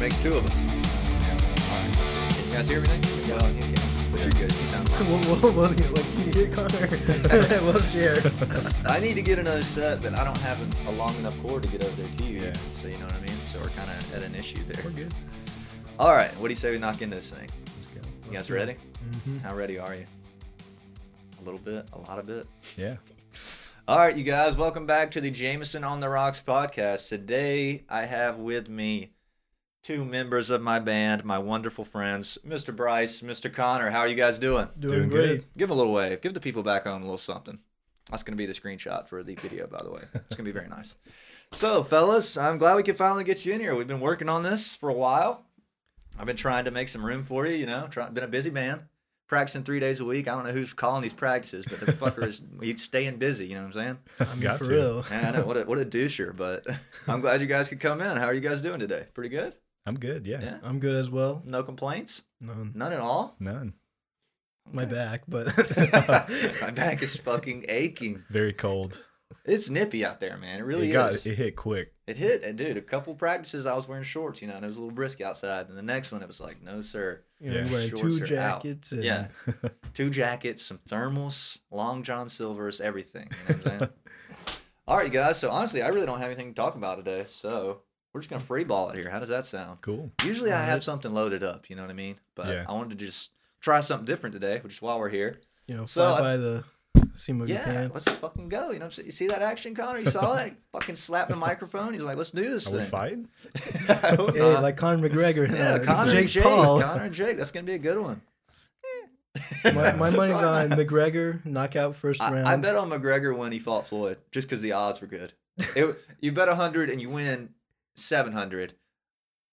Makes two of us. Can you guys hear everything? Yeah, yeah, yeah. But you're good. You sound fine. We'll, we'll, we'll, like, here, Connor. we'll share. I need to get another set, but I don't have a, a long enough cord to get over there to you. Yeah. So you know what I mean. So we're kind of at an issue there. We're good. All right. What do you say we knock into this thing? Let's go. You guys ready? Mm-hmm. How ready are you? A little bit. A lot of bit. Yeah. All right, you guys, welcome back to the Jameson on the Rocks podcast. Today, I have with me two members of my band, my wonderful friends, Mr. Bryce, Mr. Connor. How are you guys doing? Doing, Doing great. good. Give them a little wave. Give the people back home a little something. That's going to be the screenshot for the video, by the way. It's going to be very nice. So, fellas, I'm glad we could finally get you in here. We've been working on this for a while. I've been trying to make some room for you, you know, try, been a busy man, practicing three days a week. I don't know who's calling these practices, but the fucker is he's staying busy, you know what I'm saying? I mean, Got for to. real. Man, I know what a what a doucher, but I'm glad you guys could come in. How are you guys doing today? Pretty good. I'm good. Yeah. Yeah. I'm good as well. No complaints. None. None at all. None. My back, but My back is fucking aching. Very cold. It's nippy out there, man. It really it is. got it. it hit quick. hit, and dude, a couple practices I was wearing shorts, you know, and it was a little brisk outside. And the next one, it was like, no sir, you know, Yeah. you're wearing Shorts two are out. jackets. And Yeah. two jackets, some thermals, long john silvers, everything. You know what I'm saying? all right, you guys. So honestly, I really don't have anything to talk about today. So we're just gonna free ball it here. How does that sound? Cool. Usually I have Alright. something loaded up, you know what I mean? But Yeah. I wanted to just try something different today, which is why we're here. You know, So fly I- by the seam of your yeah, pants. let's fucking go. You know, what I'm saying? you see that action, Connor? You saw that? He fucking slapped the microphone. He's like, "Let's do this Are we thing." fighting? I hope Hey, not. like Conor McGregor. and, yeah, uh, Connor Jake and Jake, Paul. Connor and Jake. That's gonna be a good one. My, my money's Probably on not. McGregor knockout first round. I, I bet on McGregor when he fought Floyd, just because the odds were good. It, you bet hundred and you win seven hundred,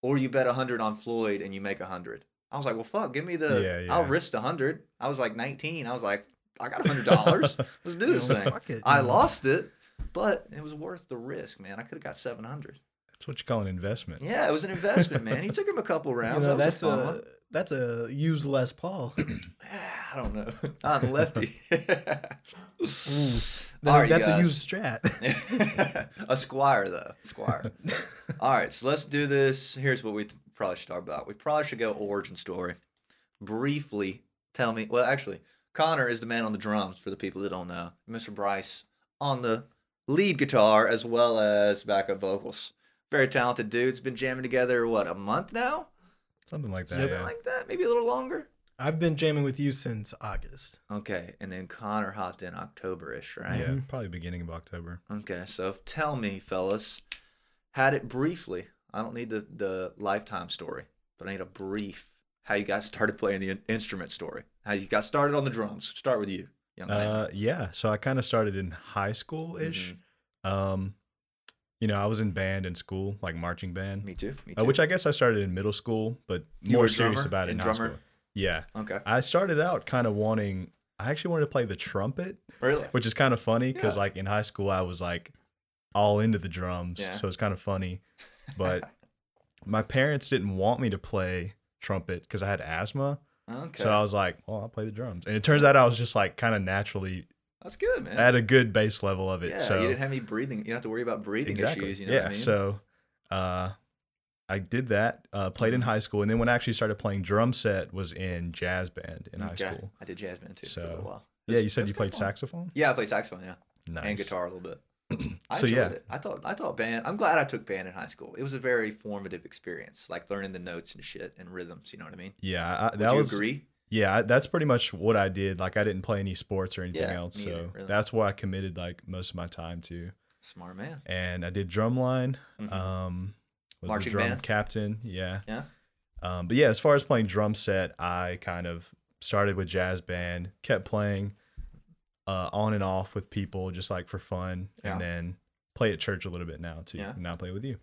or you bet hundred on Floyd and you make hundred. I was like, well, fuck, give me the. Yeah, I'll yeah. risk the hundred. I was like nineteen. I was like, I got hundred dollars. Let's do You know, this thing. fuck it, I you know. lost it, but it was worth the risk, man. I could have got seven hundred. That's what you call an investment. Yeah, it was an investment, man. He took him a couple You rounds. know, That was that's a fun a, one. that's a use less Paul. I don't know. I'm lefty. That- All right, you that's a guys. used strat. a squire though squire all right so let's do this here's what we th- probably should talk about we probably should go origin story briefly tell me well actually connor is the man on the drums for the people that don't know mr bryce on the lead guitar as well as backup vocals very talented dude has been jamming together what a month now Something like that. Something yeah. like that maybe a little longer I've been jamming with you since August. okay and then connor hopped in october-ish right yeah. Mhm. Probably beginning of October. Okay, so tell me, fellas, had it briefly. I don't need the, the lifetime story, but I need a brief how you got started playing the in- instrument story. How you got started on the drums. Start with you, young man. Uh, yeah. So I kind of started in high school ish. Mm-hmm. Um, you know, I was in band in school, like marching band, me too. Me too. uh, which I guess I started in middle school, but You were more a serious drummer about it and in high drummer? school. Yeah. okay, I started out kind of wanting. I actually wanted to play the trumpet. really? which is kind of funny because Yeah. like in high school I was like all into the drums, Yeah. so it's kind of funny. But my parents didn't want me to play trumpet because I had asthma, Okay, so I was like, "Well, I'll play the drums." And it turns out I was just like kind of naturally that's good, man. at a good base level of it. yeah, so you didn't have any breathing. You don't have to worry about breathing issues. You know yeah. what I mean? So uh, I did that. Uh, played Mm-hmm. in high school, and then when I actually started playing drum set was in jazz band in high Okay. school. I did jazz band too for a So, little while. Yeah, That's- you said that's you good played fun. saxophone. Yeah, I played saxophone. Yeah. Nice. and guitar a little bit. I So, enjoyed yeah. it. I thought I thought band. I'm glad I took band in high school. It was a very formative experience, like learning the notes and shit and rhythms. You know what I mean? Yeah, I, Would that you was agree? Yeah, I- that's pretty much what I did. Like I didn't play any sports or anything Yeah, else, me so either, really. that's what I committed like most of my time to. Smart man. And I did drumline. Mhm. Um, was Marching the drum band? captain. Yeah. Yeah. Um, but yeah, as far as playing drum set, I kind of started with jazz band, kept playing uh, on and off with people just like for fun, Yeah. and then play at church a little bit now too. Yeah. And now I play with you.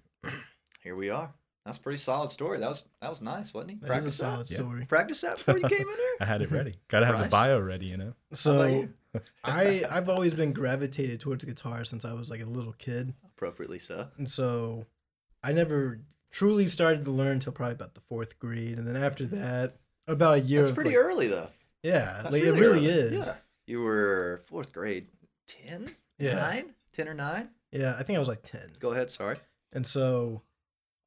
Here we are. That's a pretty solid story. That was that was nice, wasn't he? That is Practice a solid Yeah. story. that. Practice that before you came in here. I had it ready. Got to have the Right. bio ready, you know. about So you? I I've always been gravitated towards guitar since I was like a little kid, Appropriately so. and so I never truly started to learn until probably about the fourth grade, and then after that, about a year. That's of, pretty like- early though. Yeah, That's like it really early. is. Yeah. Yeah. You were fourth grade, ten, Yeah. nine, ten or nine. I think I was like ten, Go ahead. Sorry. and so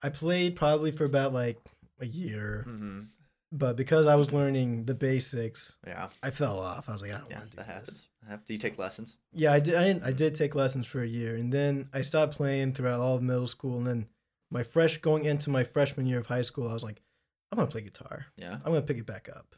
I played probably for about like a year, hmm but because I was learning the basics, Yeah. I fell off. I was like, I don't Yeah, want to do that this. happens. That hap- Do you take lessons? Yeah, I did. I, didn't, I did take lessons for a year, and then I stopped playing throughout all of middle school. And then my fresh going into my freshman year of high school, I was like, I'm gonna play guitar. Yeah. I'm gonna pick it back up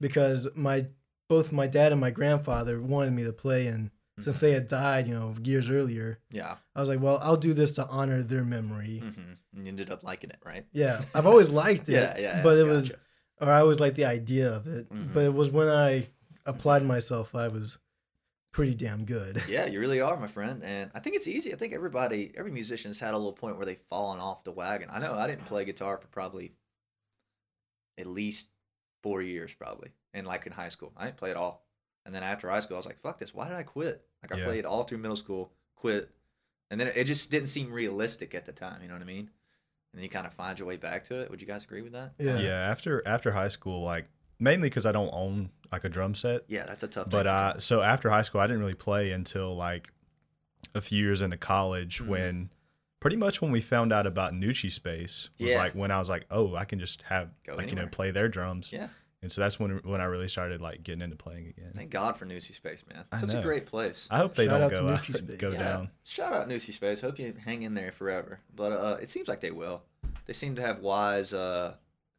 because my both my dad and my grandfather wanted me to play, and Mm. since they had died, you know, years earlier, Yeah. I was like, well, I'll do this to honor their memory. hmm And you ended up liking it, right? Yeah, I've always liked it. Yeah, yeah, yeah, But it was, gotcha. or I always liked the idea of it. Mhm. But it was when I applied myself, I was pretty damn good. Yeah, you really are, my friend. And I think it's easy. I think everybody, every musician has had a little point where they've fallen off the wagon. I know I didn't play guitar for probably at least four years, probably. And like in high school, I didn't play at all. And then after high school, I was like, fuck this. Why did I quit? Like, I Yeah. played all through middle school, quit. And then it, it just didn't seem realistic at the time. You know what I mean? And then you kind of find your way back to it. Would you guys agree with that? Yeah. yeah after after high school like mainly because i don't own like a drum set Yeah, that's a tough but thing. i so after high school i didn't really play until like a few years into college Mhm. when pretty much when we found out about nucci space was Yeah. like when i was like oh i can just have Go like you know anywhere. play their drums Yeah. and so that's when when i really started like getting into playing again Thank God for Newsy Space, man. I Such a know. great place. i hope they Shout don't out to go out, Nucci Space. go Yeah. down Shout out Newsy Space. Hope you hang in there forever. But uh, it seems like they will. They seem to have wise uh,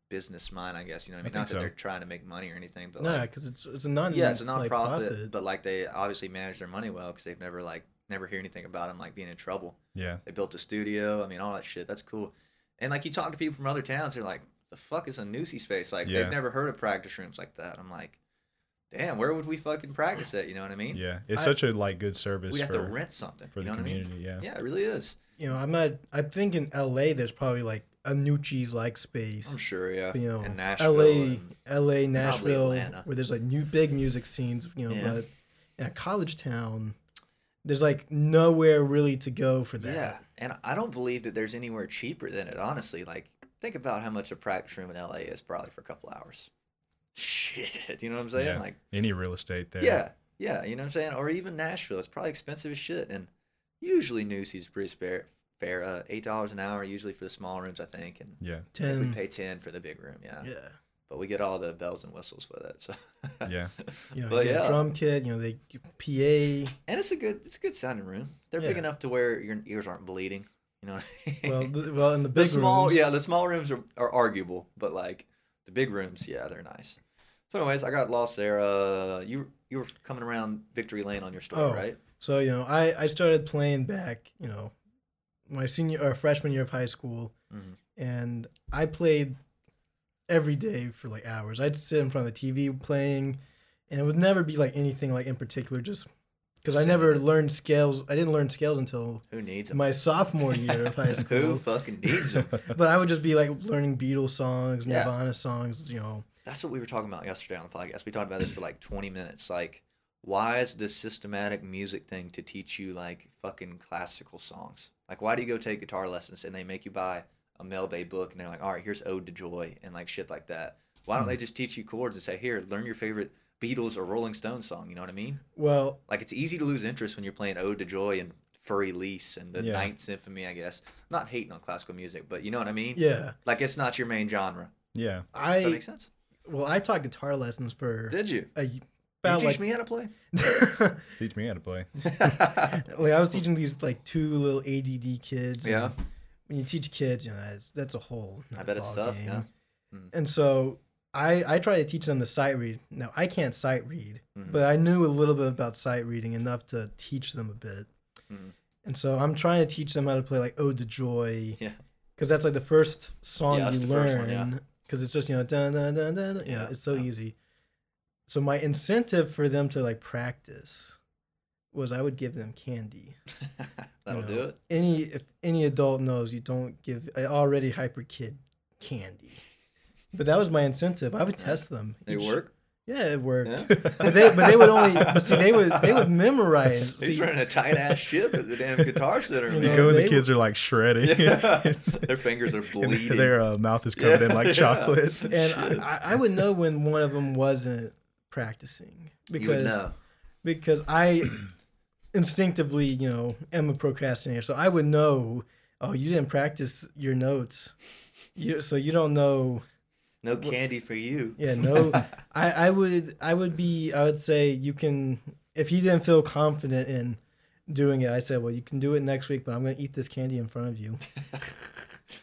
business mind, I guess. You know what I mean? I think Not that so. they're trying to make money or anything, but No, like, because it's it's a non yeah, it's a like, nonprofit. profit But like they obviously manage their money well because they've never like never hear anything about them like being in trouble. yeah They built a studio. I mean, all that shit. That's cool. And like you talk to people from other towns, they're like, "The fuck is a Newsy Space?" Like Yeah. they've never heard of practice rooms like that. I'm like, "Damn, where would we fucking practice at?" You know what I mean? yeah it's I- such a like good service we have to for, rent something. for you the know community yeah what I mean? Yeah, it really is. you know, I'm not. I think in L.A. there's probably like a Nucci's like space. I'm sure, yeah. You know, and Nashville. L.A., and- L.A., Nashville, Atlanta. where there's like new big music scenes. You know, Yeah. but in a college town, there's like nowhere really to go for that. yeah, and I don't believe that there's anywhere cheaper than it. Honestly, like think about how much a practice room in LA is probably for a couple hours. Shit, you know what I'm saying? Yeah. Like, any real estate there yeah, yeah, you know what I'm saying? Or even Nashville, it's probably expensive as shit. And usually Noosey's pretty fair, fair uh, eight dollars an hour usually for the small rooms, I think, and yeah I think we Ten. pay ten for the big room. Yeah, Yeah. but we get all the bells and whistles with it. So yeah You know, But you get a yeah. drum kit. You know, they PA. and it's a good, it's a good sounding room. They're big Yeah. enough to where your ears aren't bleeding. You know. What I mean? Well, the, well, in the the big small rooms, yeah the small rooms are, are arguable but like the big rooms yeah they're nice so anyways i got lost there uh you you were coming around victory lane on your story Oh. right So you know, I I started playing back. You know, my senior or freshman year of high school, Mhm. and I played every day for like hours. I'd sit in front of the TV playing, and it would never be like anything like in particular. Just because I Same. never learned scales. I didn't learn scales until who needs them my sophomore year of high who school. fucking needs them But I would just be like learning Beatles songs, Yeah. Nirvana songs. You know, that's what we were talking about yesterday on the podcast we talked about this for like 20 minutes like why is this systematic music thing to teach you like fucking classical songs like why do you go take guitar lessons and they make you buy a Mel Bay book and they're like all right here's ode to joy and like shit like that why don't they just teach you chords and say here learn your favorite beatles or rolling stones song you know what i mean well, like it's easy to lose interest when you're playing Ode to Joy and Furry Lease and the Yeah. Ninth Symphony, I guess. I'm not hating on classical music, but you know what I mean? yeah, Like it's not your main genre. yeah Does that I make sense? well I taught guitar lessons for Did you? a You about teach like me how to play? teach me how to play like I was teaching these like two little ADD kids. and Yeah. When you teach kids, you know that's, that's a whole. I bet it's ball tough, yeah. Mm. And so I I try to teach them to sight read. Now I can't sight read, Mhm. but I knew a little bit about sight reading enough to teach them a bit. Mhm. And so I'm trying to teach them how to play like Ode to Joy. Yeah. Because that's like the first song Yeah, that's you the first one, yeah. learn. Because it's just you know dun dun dun dun. dun. Yeah, Yeah, it's so yeah. easy. So my incentive for them to like practice was I would give them candy That'll know, do it. any if any adult knows you don't give an already hyper kid candy. But that was my incentive. I would test them. They each- work. Yeah, it worked. Yeah. But they but they would only but see they would they would memorize. He's See, running a tight ass ship at the damn guitar center, You You know, go man. and they- the kids are like shredding. Their fingers are And bleeding. Their uh, mouth is covered in Yeah. like chocolate. and I, I- I would know when one of them wasn't practicing because you would know. because I instinctively you know am a procrastinator, so I would know. Oh, you didn't practice your notes. You so you don't know. No candy for you. Yeah, no. I I would I would be I would say you can if he didn't feel confident in doing it. I said, well, you can do it next week, but I'm gonna eat this candy in front of you.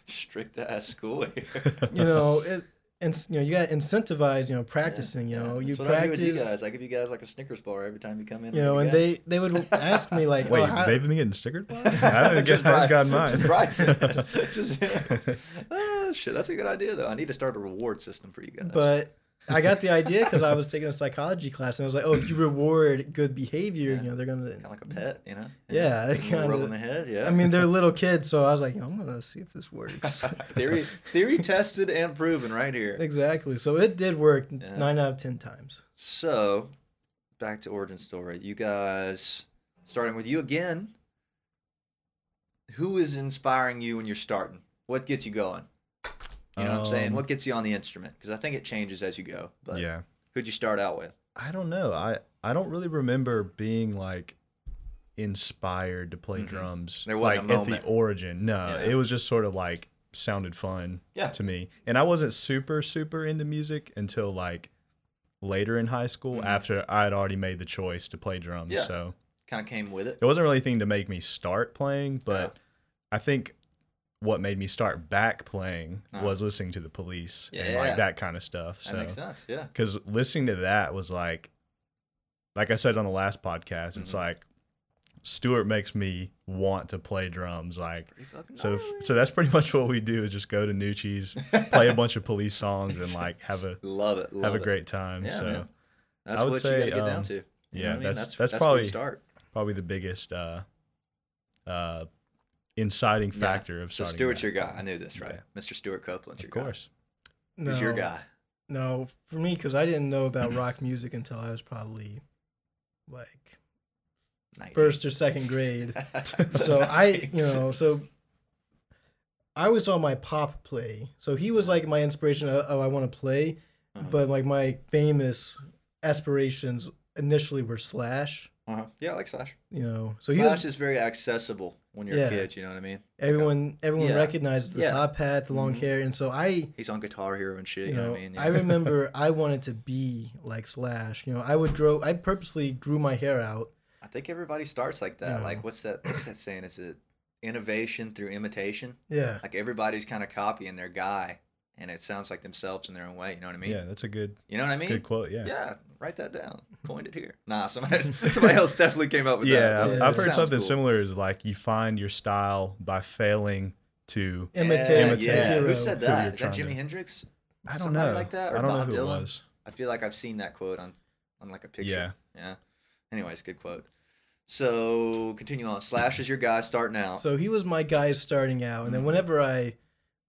Strict ass school here. You know, it, and s- you know you gotta incentivize you know practicing. Yeah, you know, you that's what practice. I do with you guys. I give you guys like a Snickers bar every time you come in. You know, every and game. they they would ask me like, Wait, oh, how, they've been getting stickered? I haven't Just get- I bribes. haven't gotten mine. Just bribes. Just- Ah, shit, that's a good idea though. I need to start a reward system for you guys. but I got the idea because I was taking a psychology class and I was like, oh, if you reward good behavior, Yeah. you know, they're gonna. kind of like a pet, you know? Yeah, they Kinda, kinda- rubbing the head. Yeah. I mean, they're little kids, so I was like, I'm gonna see if this works. theory, theory tested and proven right here. exactly. So it did work Yeah. nine out of ten times. So, back to origin story. You guys, starting with you again. Who is inspiring you when you're starting? What gets you going? You know what I'm saying? Um, What gets you on the instrument? Because I think it changes as you go. But yeah. who'd you start out with? I don't know. I I don't really remember being like inspired to play Mhm. drums. There wasn't like a at moment. the origin. No, Yeah. it was just sort of like sounded fun Yeah. to me. And I wasn't super super into music until like later in high school Mhm. after I had already made the choice to play drums. Yeah. So Kind of came with it. it wasn't really a thing to make me start playing, but I think what made me start back playing Uh-huh. was listening to the police and Yeah. like that kind of stuff. So That makes sense. Yeah. because listening to that was like like i said on the last podcast it's Mhm. like stuart makes me want to play drums like Pretty fucking so f- gnarly. so that's pretty much what we do is just go to nucci's play a bunch of police songs and like have a love it. Love have it. a great time Yeah, so man. That's I what would you got say, to get down um, to. You know yeah, what I mean? that's- that's where you probably- start. probably the biggest uh uh inciting Yeah. factor of So starting Stewart's back. your guy. I knew this, right? Yeah. Mr. Stuart Copeland's your of course guy. No, He's your guy. No, for me, because I didn't know about rock music until I was probably like 19. first or second grade. so I, you know, so I always saw my pop play. So he was like my inspiration. Of, oh, I want to play, Uh-huh. but like my famous aspirations initially were Slash. Uh-huh. Yeah, I like Slash. You know, so he Slash was, is very accessible when you're Yeah. a kid. You know what I mean? everyone everyone Yeah. recognizes the Yeah. top hat, the long Mhm. hair, and so I. He's on Guitar Hero and shit. you know, what I mean? I remember I wanted to be like Slash. You know, I would grow. I purposely grew my hair out. I think everybody starts like that. Yeah. Like, what's that? What's that saying? Is it innovation through imitation? Yeah, Like everybody's kind of copying their guy, and it sounds like themselves in their own way. You know what I mean? yeah that's a good You know what I mean? good quote yeah yeah. write that down. Coined it here. Nah, somebody somebody else definitely came up with Yeah, that. I've- Yeah. I've heard Sounds something cool. similar is like you find your style by failing to imitate. Yeah, Imitate yeah. hero. Who said who you're that? Is that trying Jimi to- Hendrix? I don't Somebody know. like that, or I don't Bob know who Dylan? it was. I feel like I've seen that quote on on like a picture. Yeah. Yeah. Anyways, good quote. So continue on. Slash is your guy starting out. So he was my guy starting out, and then Mhm. whenever I,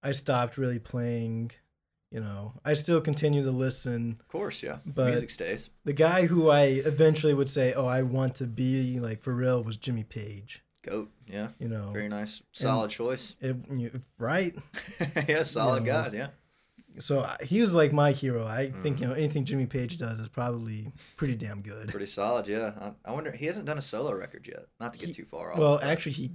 I stopped really playing, you know, I still continue to listen. of course, yeah. But- Music stays. The guy who I eventually would say, "Oh, I want to be like for real," was Jimmy Page. Goat. Yeah. You know, Very nice. Solid choice. it, you- right? yeah, solid Yeah. guys, yeah. So I- he was like my hero. I think Mm-hmm. you know anything Jimmy Page does is probably pretty damn good. Pretty solid, yeah. I, I wonder he hasn't done a solo record yet. Not to get He- too far off. Well, but actually, he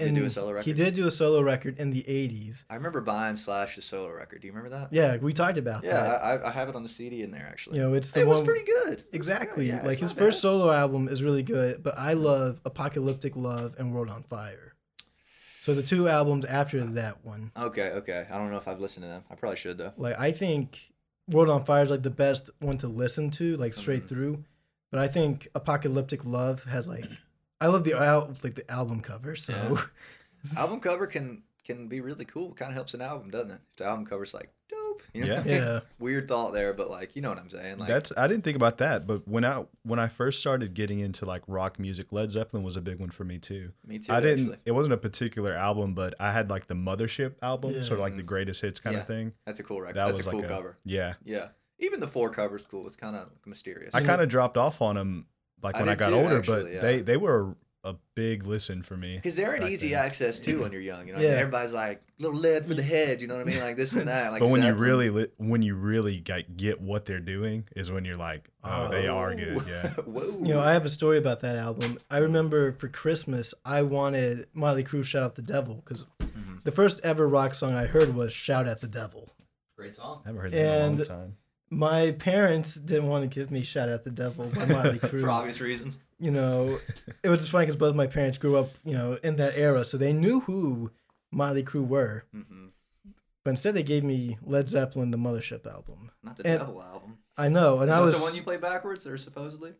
Did he do a in- solo He record? did do a solo record in the '80s. I remember buying Slash's solo record. Do you remember that? Yeah, we talked about Yeah, that. I, I- I have it on the CD in there actually. You know, it's the it one. was pretty good. It was pretty Exactly. good, yeah, like it's his not first bad. solo album is really good, but I love Apocalyptic Love and World on Fire. So the two albums after that one, Okay, okay. I don't know if I've listened to them. I probably should though. like I think World on Fire is like the best one to listen to, like straight Mhm. through. But I think Apocalyptic Love has like, I love the al- like the album cover. So Yeah. album cover can can be really cool. Kind of helps an album, doesn't it? If the album cover's like dope, you know? Yeah. yeah, Weird thought there, but like you know what I'm saying. Like That's I didn't think about that, but when I when I first started getting into like rock music, Led Zeppelin was a big one for me too. me too. I didn't. Actually, It wasn't a particular album, but I had like the Mothership album, Yeah. sort of like the greatest hits kind Mm-hmm. Yeah. of thing. that's a cool record. That that's was a cool like a cover. yeah. Yeah. Even the four covers cool. It's kind of mysterious. I Yeah. kind of dropped off on them like I when I, did got too, older, actually, but yeah. they they were a big listen for me. Because they're an back easy then. access too when you're young. You know, what I mean? Yeah. everybody's like little lead for the head. You know what I mean? Like this and that. Like but when you Zeppelin. really li- when you really get, get what they're doing is when you're like, oh, they are good. Whoa. Yeah. Whoa. You know, I have a story about that album. I remember for Christmas, I wanted Miley Crew "Shout Out the Devil" because Mhm. the first ever rock song I heard was "Shout at the Devil." Great song. I haven't heard that in a long And- time. My parents didn't want to give me "Shout at the Devil" by Miley Crew. For obvious reasons. you know, it was just funny because both my parents grew up, you know, in that era, so they knew who Miley Crew were. hmm But instead, they gave me Led Zeppelin, the Mothership album. Not the And- Devil album. I know, and Is I that was the one you play backwards or supposedly?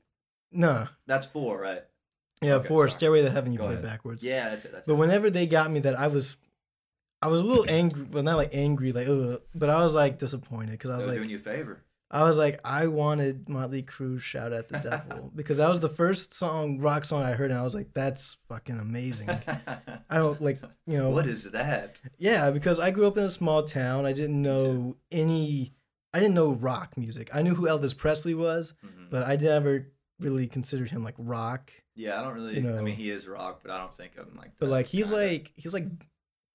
nah, That's four, right? yeah, Okay, for sorry. Stairway to Heaven, you Go play ahead. backwards. Yeah, that's it. That's But it. whenever they got me that, I was, I was a little angry. Well, not like angry, like ugh, but I was like disappointed because I I was was like, doing you a favor. I was like, I wanted Motley Crue "Shout at the Devil" because that was the first song, rock song I heard, and I was like, that's fucking amazing. I don't like, you know, what is that? Yeah, because I grew up in a small town. I too. didn't know any. I didn't know rock music. I knew who Elvis Presley was, Mhm. but I never really considered him like rock. Yeah, I don't really. you I know. mean, he is rock, but I don't think of him like. But that, like he's kinda. like he's like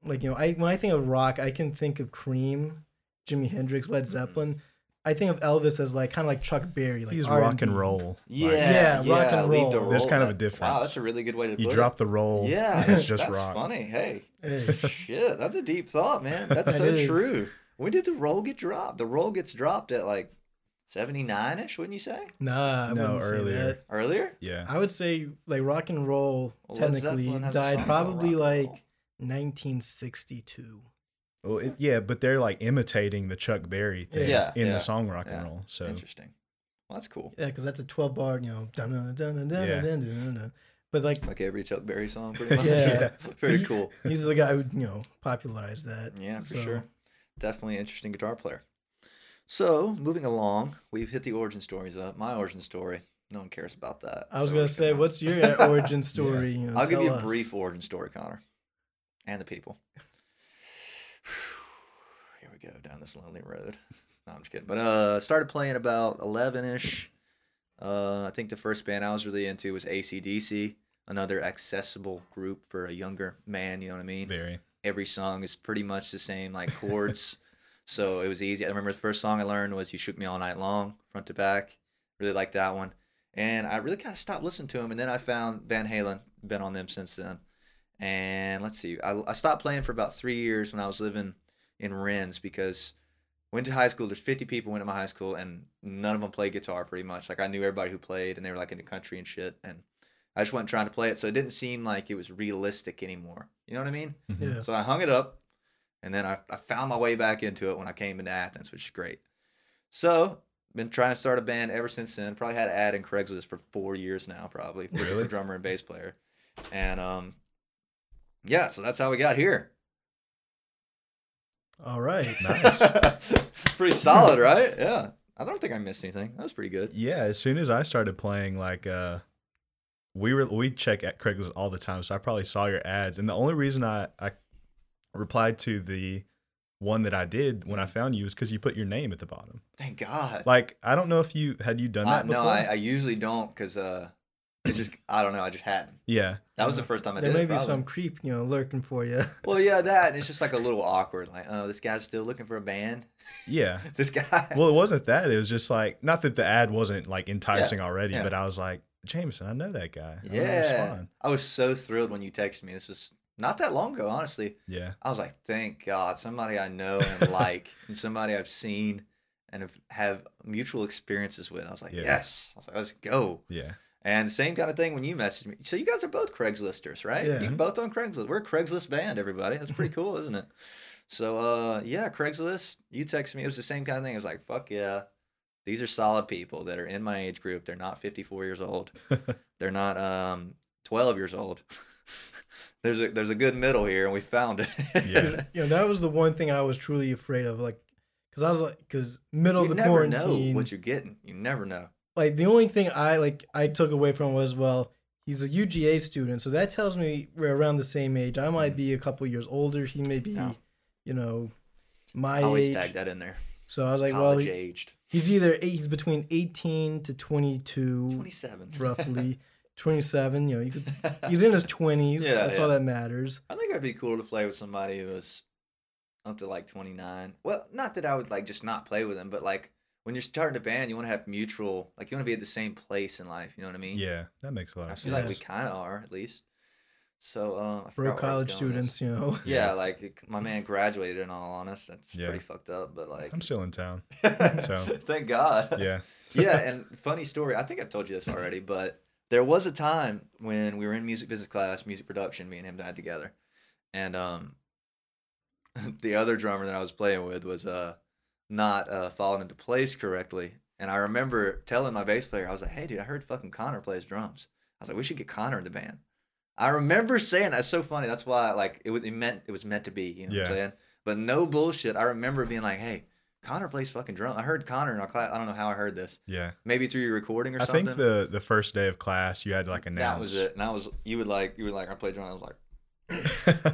like you know I when I think of rock, I can think of Cream, Jimi Hendrix, Mm-hmm. Led Zeppelin. I think of Elvis as like kind of like Chuck Berry. Like He's R&B. rock and roll. Yeah, Like, Yeah, rock yeah, and lead the roll. There's roll. kind of a That- Wow, difference. that's a really good way to you put drop it. the roll. Yeah, It's just that's rock. funny. Hey, Hey. shit, that's a deep thought, man. That's That so is. true. When did the roll get dropped? The roll gets dropped at like seventy nine ish, wouldn't you say? Nah, I No, wouldn't earlier. Say that. Earlier? Yeah. I would say like rock and roll Well, Led technically Zeppelin has a died song called probably Rock and like Roll. 1962. Well, it, yeah, but they're like imitating the Chuck Berry thing Yeah, in yeah, the song rock yeah. and roll. So Interesting. Well, that's cool. Yeah, because that's a 12 bar, you know, dun dun dun dun dun Yeah. dun dun dun. But like, Like every Chuck Berry song, pretty much. Yeah. Very He- cool. he's the guy who, you know, popularized that. Yeah, for So, sure. Definitely an interesting guitar player. So, moving along, we've hit the origin stories up. My origin story, no one cares about that. I was so going we're to say, what's your origin story? You know, I'll give you tell a us. brief origin story, Connor, and the people. Here we go down this lonely road. No, I'm just kidding. But uh, started playing about 11 ish. Uh, I think the first band I was really into was ACDC, another accessible group for a younger man. You know what I mean? very. every song is pretty much the same like chords so it was easy i remember the first song i learned was you shook me all night long front to back really liked that one and i really kind of stopped listening to him and then i found van halen been on them since then and let's see i, I stopped playing for about three years when i was living in Rennes because went to high school there's 50 people went to my high school and none of them played guitar pretty much like i knew everybody who played and they were like into country and shit and i just wasn't trying to play it so it didn't seem like it was realistic anymore you know what i mean Mhm. Yeah. so I hung it up, and then I, I found my way back into it when I came into Athens, which is great. So been trying to start a band ever since then. Probably had an ad in Craigslist for four years now, probably looking for Really? drummer and bass player, and um, yeah. So that's how we got here. All right. Nice. pretty solid, right? Yeah. I don't think I missed anything. That was pretty good. Yeah, as soon as I started playing, like uh we were we check at Craigslist all the time, so I probably saw your ads. And the only reason I I replied to the one that I did Mm-hmm. when I found you is because you put your name at the bottom. Thank God. Like I don't know if you had you done I, that Uh, no, before. I, I usually don't because uh, it's just I don't know. I just hadn't. yeah, That was the first time I there did. may it, be probably. some creep, you know, lurking for you. Well, yeah, that. And it's just like a little awkward. Like, oh, this guy's still looking for a band. yeah. This guy. Well, it wasn't that. It was just like not that the ad wasn't like enticing already, yeah. but I was like, Jameson, I know that guy. I'm gonna yeah. respond." I was so thrilled when you texted me. This was not that long ago, honestly. yeah. I was like, thank God, somebody I know and like, and somebody I've seen and have, have mutual experiences with. I was like, Yeah. yes. I was like, let's go. Yeah. And same kind of thing when you messaged me. So you guys are both Craigslisters, right? Yeah. You both on Craigslist. We're a Craigslist band, everybody. That's pretty cool, isn't it? So uh yeah, Craigslist, you texted me. It was the same kind of thing. It was like, fuck yeah. These are solid people that are in my age group. They're not 54 years old. They're not um 12 years old. there's a there's a good middle here and we found it. Yeah. you know, that was the one thing I was truly afraid of. Like, because I was like, because middle you of the never know quarantine. what you're getting. You never know. like the only thing I like I took away from was well he's a UGA student so that tells me we're around the same age I might be a couple years older he may be Mm. Yeah. you know I my always age tag that in there. so I was like well College he- aged. he's either eight, he's between 18 to 22 27. roughly 27. You know, you could, he's in his 20s. Yeah, that's all yeah. that matters. I think it'd be cool to play with somebody who was up to like 29. Well, not that I would like just not play with them, but like when you're starting a band, you want to have mutual, like you want to be at the same place in life. You know what I mean? Yeah, that makes a lot I of feel sense. like we Yes. kind of are at least. So um, I forgot where I We're was college going with this. students, you know. Yeah, like it, my man graduated. In all honest, that's Yeah. pretty fucked up. But like, I'm still in town. so. thank God. Yeah. yeah, and funny story. I think I've told you this already, but there was a time when we were in music business class, music production. Me and him died together, and um, the other drummer that I was playing with was uh not uh falling into place correctly. And I remember telling my bass player, I was like, "Hey, dude, I heard fucking Connor plays drums." I was like, "We should get Connor in the band." I remember saying that's so funny. That's why like it was it meant it was meant to be. You know what I'm Yeah. saying? But no bullshit. I remember being like, "Hey." Connor plays fucking drum. I heard Connor in our class. I don't know how I heard this. Yeah. Maybe through your recording or I something. think the the first day of class you had to like announce. that was it. And I was you would like you were like I played drum. I was like I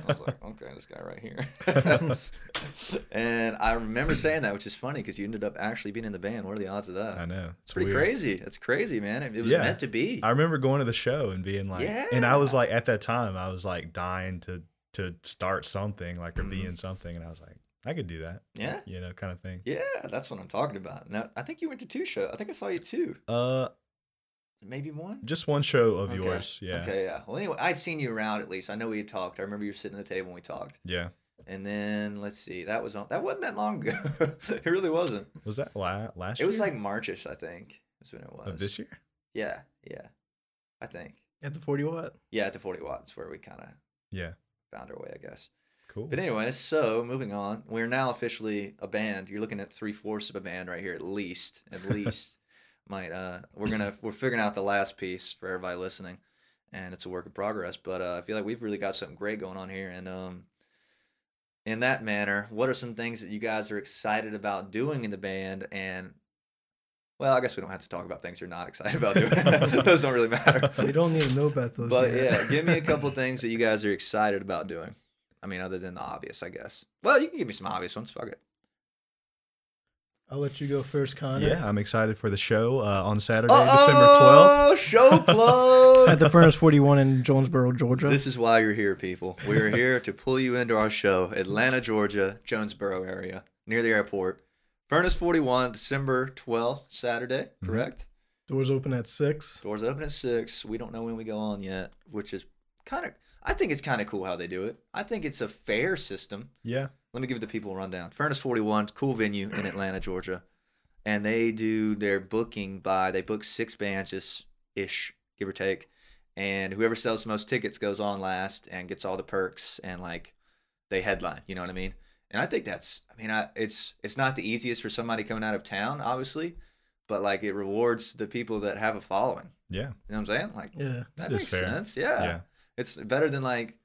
was like okay, this guy right here. and I remember saying that, which is funny because you ended up actually being in the band. What are the odds of that? I know. It's Pretty weird. crazy. That's crazy, man. It, it was Yeah. meant to be. I remember going to the show and being like, and I was Yeah. like, at that time, I was like dying to to start something, like or be Mhm. in something, and I was like, I could do that, yeah, you know, kind of thing. yeah. That's what I'm talking about. Now I think you went to two shows. I think I saw you two, Uh, maybe one. just one show of Okay. yours, yeah, Okay, yeah. Well, anyway, I'd seen you around at least. I know we had talked. I remember you were sitting at the table and we talked. yeah. And then let's see, that was on. That wasn't that long ago. it really wasn't. Was that la- last? It was year? like Marchish, I think. That's when it was. of this year. Yeah, yeah. I think. At the 40 watt. Yeah, at the 40 watts where we kind of Yeah, found our way, I guess. cool. Uh, But anyway, so moving on, we're now officially a band. You're looking at three fourths of a band right here, at least. At least. Might uh, we're gonna we're figuring out the last piece for everybody listening, and it's a work in progress. But uh, I feel like we've really got something great going on here, and um, in that manner, what are some things that you guys are excited about doing in the band? And well, I guess we don't have to talk about things you're not excited about doing. Those don't really matter. We don't need to know about those. But yet. yeah, give me a couple things that you guys are excited about doing. I mean, other than the obvious, I guess. Well, you can give me some obvious ones. Fuck it. I'll let you go first, Connor. yeah, I'm excited for the show uh, on Saturday, Oh, show At plug. the Furnace 41 in Jonesboro, Georgia. this is why you're here, people. We're here to pull you into our show, Atlanta, Georgia, Jonesboro area, near the airport. Furnace 41, December 12th, Saturday, Mm-hmm. Mhm. correct? Doors open at 6. Doors open at 6. We don't know when we go on yet, which is kind of, I think it's kind of cool how they do it. I think it's a fair system. the 7th or 12th. let me give the people a rundown. Furnace 41, 's a cool venue in Atlanta, Georgia. And they do their booking by, they book six bands ish, give or take. And whoever sells the most tickets goes on last and gets all the perks and like they headline, you know what I mean? And I think that's, I mean, I, it's it's not the easiest for somebody coming out of town, obviously, but like it rewards the people that have a following. Yeah, yeah, You know what I'm saying? Like Yeah. that That is makes fair. sense. yeah. It's better than like,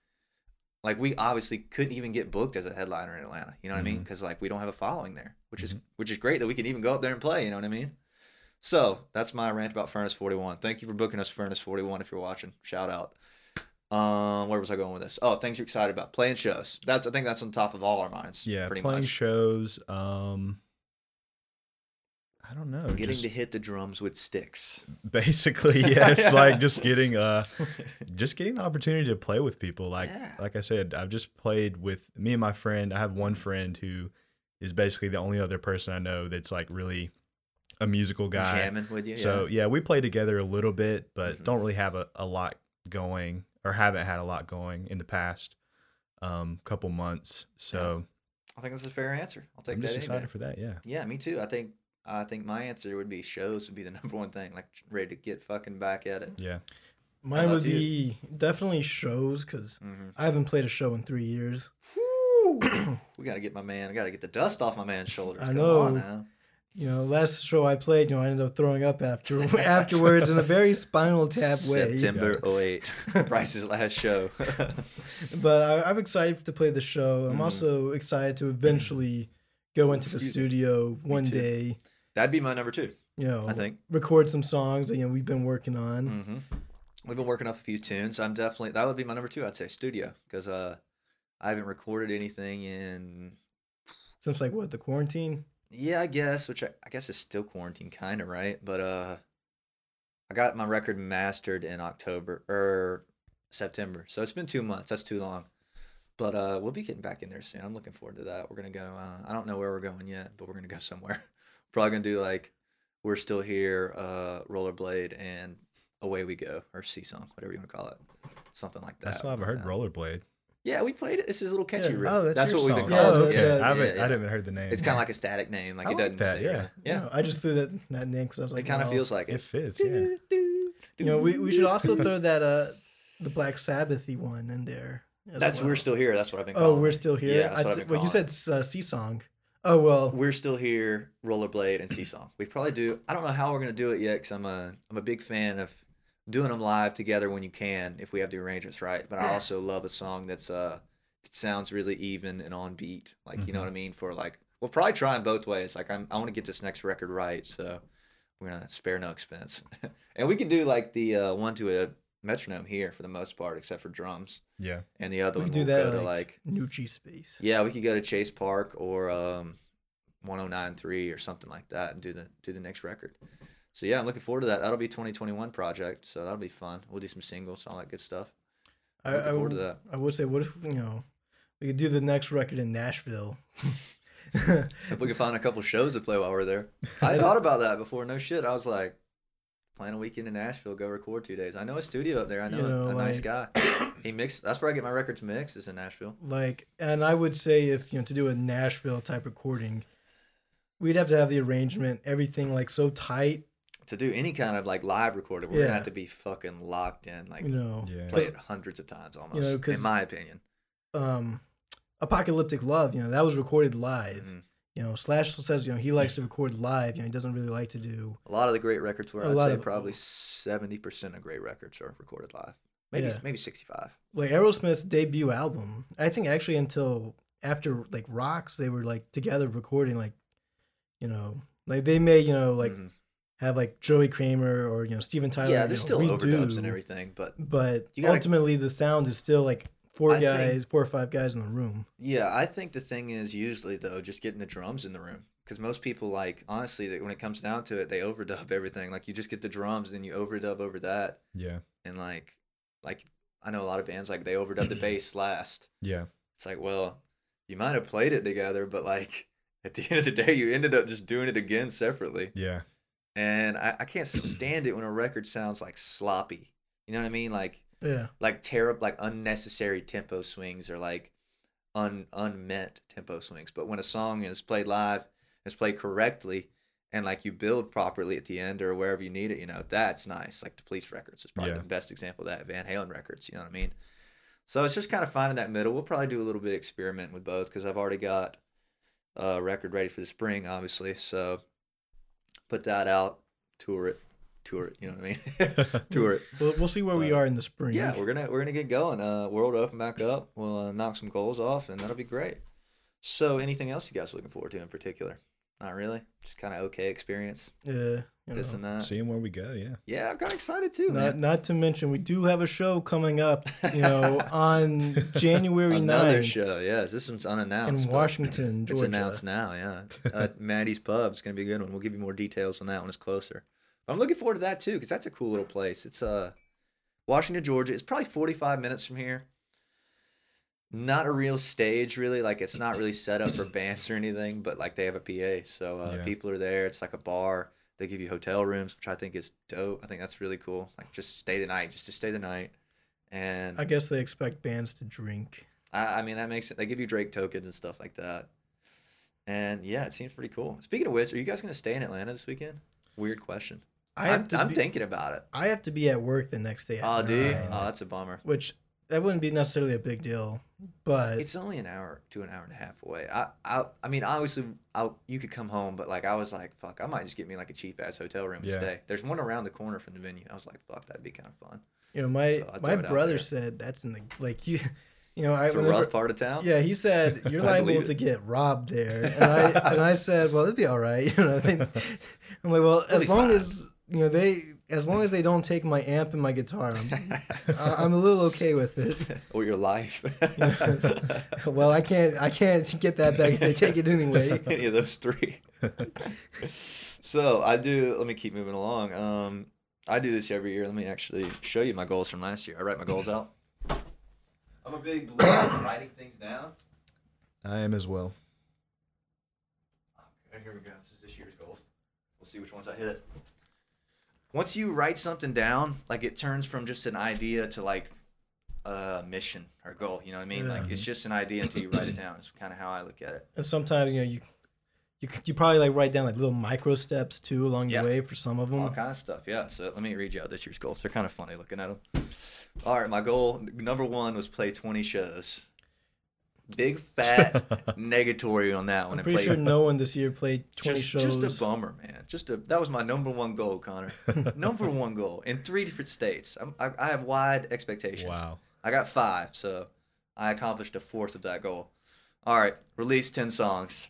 like we obviously couldn't even get booked as a headliner in Atlanta. You know what I mean? Mhm. Because like we don't have a following there, which is Mhm. which is great that we can even go up there and play. You know what I mean? So that's my rant about Furnace Forty One. Thank you for booking us, Furnace Forty One. If you're watching, shout out. Um, where was I going with this? Oh, things you're excited about playing shows. That's I think that's on top of all our minds. Yeah, pretty playing much. shows. Um, I don't know. Getting just to hit the drums with sticks. basically, yeah, it's like just getting uh, just getting the opportunity to play with people. Like, Yeah. like I said, I've just played with me and my friend. I have one friend who is basically the only other person I know that's like really a musical guy. jamming with you. So yeah. yeah, we play together a little bit, but Mhm. don't really have a, a lot going or haven't had a lot going in the past um couple months. So I think that's a fair answer. I'll take I'm that. just any day. excited for that. Yeah. Yeah, me too. I think I think my answer would be shows would be the number one thing. Like ready to get fucking back at it. Yeah. Mine about would you? be definitely shows because Mm-hmm. I haven't played a show in three years. we gotta get my man. I gotta get the dust off my man's shoulders. I Come know. on now. You know, last show I played, you know, I ended up throwing up after afterwards in a very spinal tap way. September 08, Bryce's last show. But I, I'm excited to play the show. I'm Mhm. also excited to eventually go into the Excuse me. studio one too. day. That'd be my number two, You know, I think. record some songs that you know we've been working on. hmm We've been working up a few tunes. I'm definitely that would be my number two. I'd say studio because uh, I haven't recorded anything in since like what the quarantine Yeah, I guess, which I, I guess is still quarantine kind of, right? But uh I got my record mastered in October or September. So it's been two months. That's too long. But uh, we'll be getting back in there soon. I'm looking forward to that. We're gonna go. Uh, I don't know where we're going yet, but we're gonna go somewhere. Probably gonna do like we're still here, uh, rollerblade, and away we go, or sea song, whatever you want to call it, something like that. That's why I've heard Uh, Rollerblade. Yeah, we played it. It's this little catchy Yeah. riff. Oh, that's, that's, your what we've song. been Yeah, calling. Oh, it. okay. yeah, I haven't, yeah. I haven't heard the name. It's kind of like a static name. Like I it like doesn't. that, say- yeah. yeah. No, I just threw that that name because I was It like, kind of wow. feels like it it. fits. Yeah. You know, we, we should also throw that uh the Black Sabbathy one in there. as That's well. we're still here. That's what I've been. Oh, calling we're it. still here. Yeah, that's I what I've th- been well, you calling said uh, sea song. Oh well, we're still here. Rollerblade and sea song. We probably do. I don't know how we're gonna do it yet, cause I'm a I'm a big fan of doing them live together when you can, if we have the arrangements right. But I also love a song that's uh that sounds really even and on beat. Like you know Mhm. Mm-hmm. what I mean? For like, we'll probably try 'em both ways. Like I'm, I want to get this next record right, so we're gonna spare no expense. and we can do like the uh, one to a metronome here for the most part, except for drums. Yeah. And the other we one could do will that go to like, like Nucci space. yeah, we could go to Chase Park or um, 1093 or something like that and do the do the next record. So yeah, I'm looking forward to that. That'll be 2021 project, so that'll be fun. We'll do some singles, all that good stuff. I, looking I forward would, to that. I would say, what if you know, we could do the next record in Nashville. If we could find a couple shows to play while we're there. I thought about that before. No shit, I was like, plan a weekend in Nashville, go record two days. I know a studio up there. I know, You a- know, a nice like- guy. He mixed. That's where I get my records mixed. Is in Nashville. like, and I would say if you know to do a Nashville type recording, we'd have to have the arrangement, everything like so tight, To do any kind of like live recording, we're gonna Yeah. have to be fucking locked in. Like you know. Yeah. Oh, play it hundreds of times almost. know, in 'cause- my opinion. um apocalyptic love you know that was recorded live Mhm. you know slash says you know he likes to record live you know he doesn't really like to do A lot of the great records were, A I'd lot say of- probably 70% of great records are recorded live. Maybe Yeah. maybe 65. like aerosmith's debut album i think actually until after like rocks they were like together recording like you know like they may you know like Mhm. have like joey kramer or you know steven tyler yeah, you there's know, still overdubs and redo, everything, but but You gotta- ultimately the sound is still like four I think- guys four or five guys in the room yeah, I think the thing is usually though just getting the drums in the room because most people like honestly that when it comes down to it they overdub everything. Like you just get the drums and you overdub over that Yeah. and like like I know a lot of bands like they overdub the bass last. Yeah. It's like, well, you might have played it together, but like at the end of the day you ended up just doing it again separately. Yeah. and I, I can't stand it when a record sounds like sloppy. You know what I mean? Like yeah like terrible, like unnecessary tempo swings or like un unmeant tempo swings. But when a song is played live, is played correctly, and like you build properly at the end or wherever you need it, you know that's nice. Like the Police records is probably Yeah. the best example of that. Van Halen records, you know what I mean? So it's just kind of finding that middle. We'll probably do a little bit of experiment with both because I've already got a record ready for the spring, obviously. So put that out, tour it, tour it. You know what I Uh, mean? tour it. we'll, we'll see where we But- are in the spring Yeah, we're gonna we're gonna get going. Uh, world open back up. We'll uh, knock some goals off, and that'll be great. So, anything else you guys looking forward to in particular? Not really. Just kind of okay experience. yeah you This know. and that. Seeing where we go. Yeah. Yeah, I've got excited too, Uh, Not, man. not to mention, we do have a show coming up, you know, on January Another 9th show. Yes, this one's unannounced. in but Washington, It's Georgia. announced now. Yeah, uh, Maddie's Pub is gonna be a good one. We'll give you more details on that when it's closer. I'm looking forward to that too because that's a cool little place. It's uh, Washington, Georgia. It's probably 45 minutes from here. not a real stage really like it's not really set up for bands or anything but like they have a pa so uh, Yeah. people are there it's like a bar they give you hotel rooms which i think is dope i think that's really cool like just stay the night just to stay the night and I guess they expect bands to drink. I, I mean that makes it they give you drake tokens and stuff like that and yeah it seems pretty cool speaking of which are you guys going to stay in atlanta this weekend weird question I i'm, have, to I'm be, thinking about it I have to be at work the next day. at oh dude nine, oh that's a bummer Which that wouldn't be necessarily a big deal, but it's only an hour to an hour and a half away. I, I, I mean, obviously, I, you could come home, but like, I was like, fuck, I might just get me like a cheap ass hotel room and Yeah. stay. There's one around the corner from the venue. I was like, fuck, that'd be kind of fun. you know, my so I'll my throw it out brother there. said that's in the like you, you know, I It's a whenever- rough part of town. Yeah, he said you're I liable believe to get robbed there, and I and I said, well, it'd be all right, you know. I think, I'm like, well, It'll be as long fine. as you know they, as long as they don't take my amp and my guitar, I'm, I- I'm a little okay with it. or your life. well, I can't, I can't get that back if they take it anyway. Any of those three. so I do. Let me keep moving along. Um, I do this every year. Let me actually show you my goals from last year. I write my goals out. I'm a big believer in writing things down. I am as well. Okay, here we go. This is this year's goals. We'll see which ones I hit. Once you write something down, like it turns from just an idea to like a mission or goal. You know what I mean? Yeah. Like it's just an idea until you write it down. It's kind of how I look at it. And sometimes you know you, you c- you probably like write down like little micro steps too along Yeah. the way for some of them. All kind of stuff. Yeah. So let me read you out this year's goals. They're kind of funny looking at them. All right. My goal number one was play 20 shows. Big fat negatory on that one. I'm and pretty play- sure no one this year played 20 just, shows. Just a bummer, man. Just a that was my number one goal, Connor. number one goal in three different states. I'm, I, I have wide expectations. wow. I got five, so I accomplished a fourth of that goal. All right, release ten songs.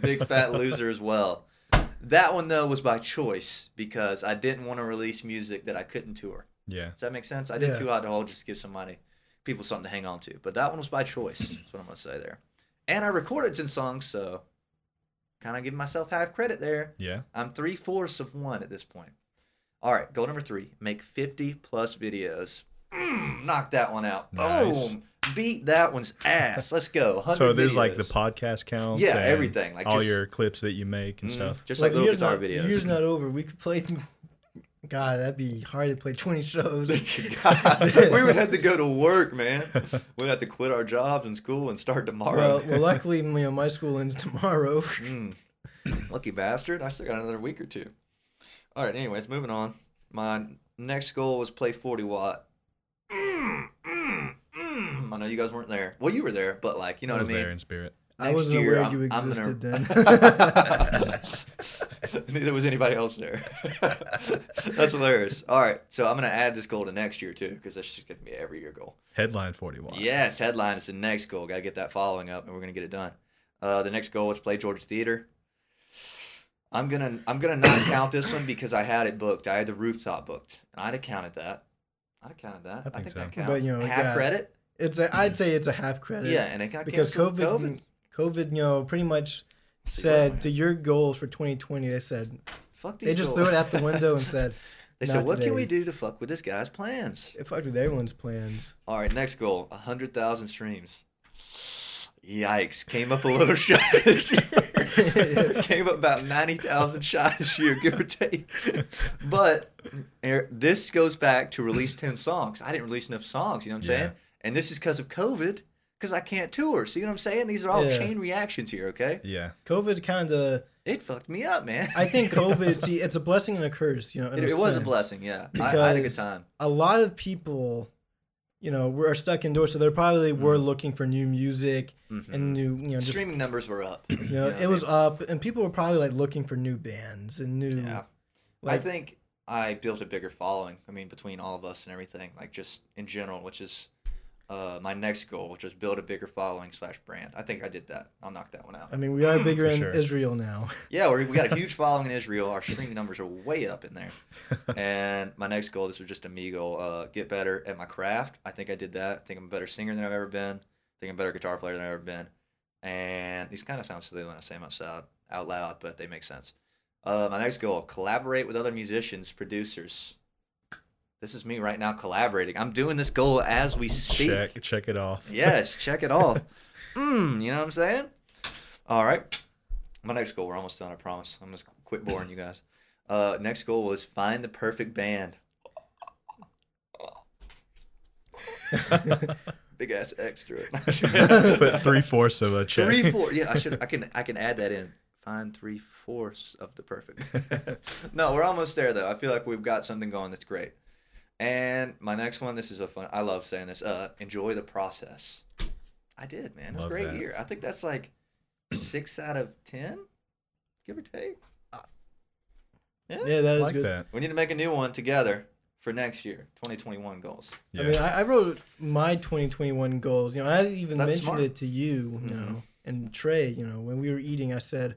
Big fat loser as well. That one though was by choice because I didn't want to release music that I couldn't tour. Yeah. Does that make sense? I did Yeah. two out to hold just to give somebody people something to hang on to. But that one was by choice. That's what I'm gonna say there. And I recorded ten songs, so kind of give myself half credit there. Yeah. I'm three fourths of one at this point. All right, goal number three: make 50 plus videos. Mm, knock that one out. Nice. Boom! Beat that one's ass. Let's go. 100 So there's like the videos. podcast counts. Yeah, and everything, like all just- your clips that you make and Mhm. stuff. Just Well, like the little year's guitar not, the Year's videos. not over. We could play. God, that'd be hard to play 20 shows. God, we would have to go to work, man. We'd have to quit our jobs and school and start tomorrow. well, well, luckily, you know, my school ends tomorrow. Mm. Lucky bastard. I still got another week or two. All right, anyways, moving on. My next goal was play 40 watt. Mm, mm, mm. I know you guys weren't there. Well, you were there, but like, you know I what I was mean? there in spirit. I wasn't aware you existed then. Neither was anybody else there. That's hilarious. All right, so I'm gonna add this goal to next year too, because that's just gonna be an every year goal. Headline 41. Yes, headline is the next goal. Got to get that following up, and we're gonna get it done. Uh, the next goal is play Georgia Theater. I'm gonna I'm gonna not count this one because I had it booked. I had the rooftop booked, and I'd have counted that. I'd have counted that. I think, think so. that But, counts. you know, Half yeah, credit. It's a, I'd say it's a half credit. Yeah, and it got Because canceled COVID, with COVID. COVID, you know, pretty much See, said man. to your goals for 2020, they said, Fuck these they just goals. threw it out the window and said, They said, "Not "What can we today." do to fuck with this guy's plans?" It fucked with everyone's plans. All right, next goal: hundred thousand streams. Yikes! Came up a little shy this year. Came up about ninety thousand shy this year, give or take. But er, this goes back to release ten songs. I didn't release enough songs. You know what I'm saying? And this is because of COVID, because I can't tour. See what I'm saying? These are all Yeah. chain reactions here. Okay, Yeah. COVID kind of, it fucked me up, man. I think COVID, see, it's a blessing and a curse, you know. in it, it was a sense. blessing. Yeah, I, I had a good Because- time. a lot of people, you know, were are stuck indoors, so they probably were looking for new music and new, you know, just Mm-hmm. Streaming numbers were up. you know, you know, it was up, and people were probably like looking for new bands and new. Yeah. Like, I think I built a bigger following. I mean, between all of us and everything, like just in general, which is uh, my next goal, which is build a bigger following slash brand. I think I did that. I'll knock that one out. I mean, we Hmm. are bigger For in sure. Israel now. Yeah, we we got a huge following in Israel. Our streaming numbers are way up in there. And my next goal, this was just a me goal, uh, get better at my craft. I think I did that. I think I'm a better singer than I've ever been. I think I'm a better guitar player than I've ever been. And these kind of sound silly when I say them out loud, out loud, but they make sense. Uh, my next goal, collaborate with other musicians, producers. This is me right now collaborating. I'm doing this goal as we speak. Check check it off. Yes, check it off. Mm, you know what I'm saying? All right. My next goal, we're almost done, I promise. I'm just quit boring you guys. Uh, next goal was find the perfect band. Big ass extra. Put three fourths of a check. three four. Yeah, I should. I can. I can add that in. Find three fourths of the perfect. no, we're almost there though. I feel like we've got something going that's great. And my next one, this is a fun. I love saying this. Uh, enjoy the process. I did, man. It was a Love great that. year. I think that's like six out of ten, give or take. yeah, that I was like good. that. We need to make a new one together for next year, 2021 goals. Yeah. I mean, I, I wrote my 2021 goals. You know, I even That's mentioned smart. Mm-hmm. it to you, you know, and Trey. You know, when we were eating, I said,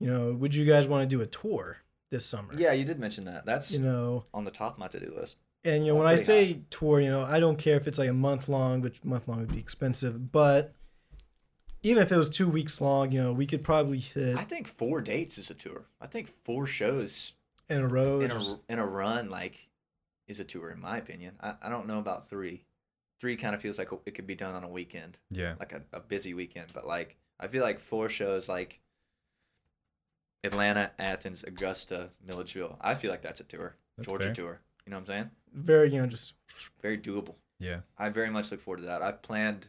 you know, would you guys want to do a tour this summer? Yeah, you did mention that. That's You know, on the top of my to-do list. And you know, Oh, when I pretty say tour, you know, I don't care if it's like a month long, which month long would be expensive, but even if it was two weeks long, you know, we could probably hit. I think four dates is a tour. I think four shows in a row. in a just- in a run like is a tour in my opinion. I, I don't know about three. Three kind of feels like it could be done on a weekend, Yeah. like a, a busy weekend. But like I feel like four shows like Atlanta, Athens, Augusta, Milledgeville. I feel like that's a tour, That's Georgia fair. tour. You know what I'm saying? very you know just Very doable. Yeah. I very much look forward to that. I planned,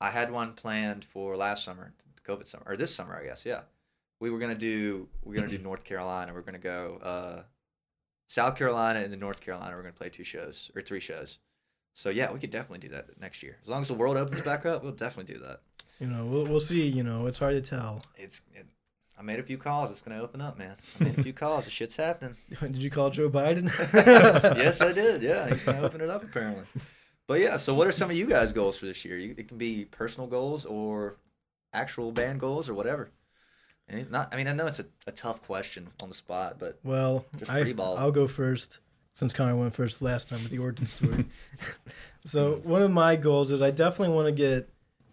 I had one planned for last summer, COVID summer, or this summer, I guess. Yeah, we were gonna do we are gonna do North Carolina. We're gonna go uh, South Carolina and then North Carolina. We're gonna play two shows or three shows. So yeah, we could definitely do that next year. As long as the world opens back up, we'll definitely do that. you know we'll we'll see. You know it's hard to tell. It's it, I made a few calls. It's gonna open up, man. I made a few calls. The shit's happening. Did you call Joe Biden? yes, I did. Yeah, he's gonna open it up apparently. But yeah, so what are some of you guys' goals for this year? You, it can be personal goals or actual band goals or whatever. And it's not, I mean, I know it's a, a tough question on the spot, but Well, Just I, free ball. I'll go first since Connor went first last time with the origin story. so one of my goals is I definitely want to get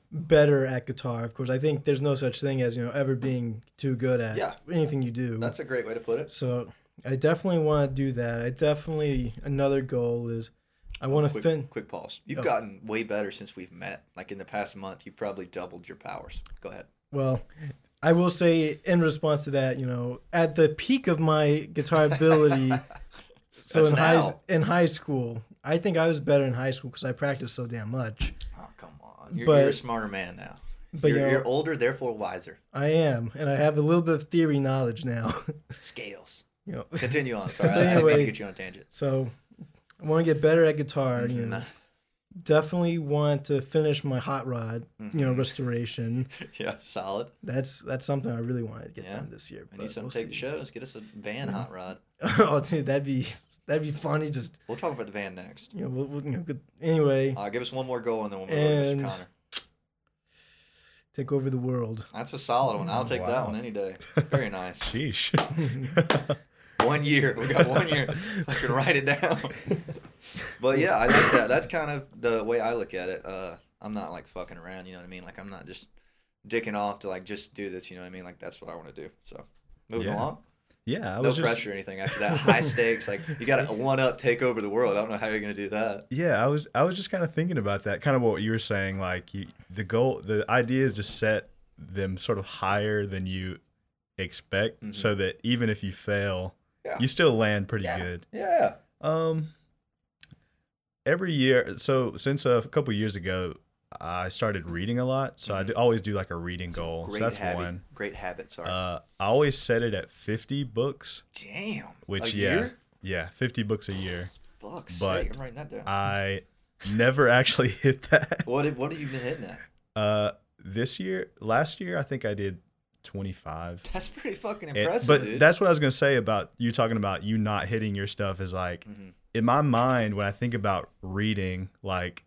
better at guitar. Of course, I think there's no such thing as you know ever being too good at Yeah. anything you do. that's a great way to put it. so I definitely want to do that. I definitely another goal is I want to Quick, fin. quick pause. You've Oh. gotten way better since we've met. Like in the past month, you've probably doubled your powers. Go ahead. Well, I will say in response to that, you know, at the peak of my guitar ability, so That's in high now. in high school, I think I was better in high school because I practiced so damn much. Oh, come on. You're, you're a But- smarter man now. But you're, you know, you're older, therefore wiser. I am, and I have a little bit of theory knowledge now. Scales. you know, Continue on. Sorry, I, I didn't mean to Anyway. get you on a tangent. so I want to get better at guitar. You know, Nah. definitely want to finish my hot rod. You know, Mm-hmm. restoration. Yeah, solid. That's that's something I really want to get Yeah. done this year. I but need some we'll take the see. shows. Get us a van Mm-hmm. hot rod. oh, dude, that'd be that'd be funny. Just We'll talk about the van next. you know, we'll, we'll, you know good. Anyway, Uh, give us one more goal and then we'll move over to Mr. And- Connor. take over the world. That's a solid one. I'll take that Wow. one any day. Very nice. Sheesh. one year. We got one year. Fucking write it down. but yeah, I like that. That's kind of the way I look at it. Uh, I'm not like fucking around. You know what I mean? Like I'm not just dicking off to like just do this. You know what I mean? Like that's what I want to do. So moving Yeah. along. yeah, I No was just pressure or anything after that. High stakes. Like you got to one up, take over the world. I don't know how you're gonna do that. Yeah, I was I was just kind of thinking about that, kind of what you were saying. Like you, the goal, the idea is to set them sort of higher than you expect, Mhm. so that even if you fail, Yeah. you still land pretty Yeah. good. Yeah. Um, every year, so since a couple years ago, I started reading a lot. So I do, always do like a reading goal. Mm-hmm. Great So that's habit. one. Great habit. Sorry. Uh, I always set it at fifty books, Damn. which a yeah, year? yeah, fifty books a year. Fuck's but sake, I'm writing that down. I never actually hit that. what have, what have you been hitting at? Uh, this year, last year, I think I did 25. That's pretty fucking And- impressive, but dude. that's what I was gonna say about you talking about you not hitting your stuff is like Mhm. in my mind when I think about reading, like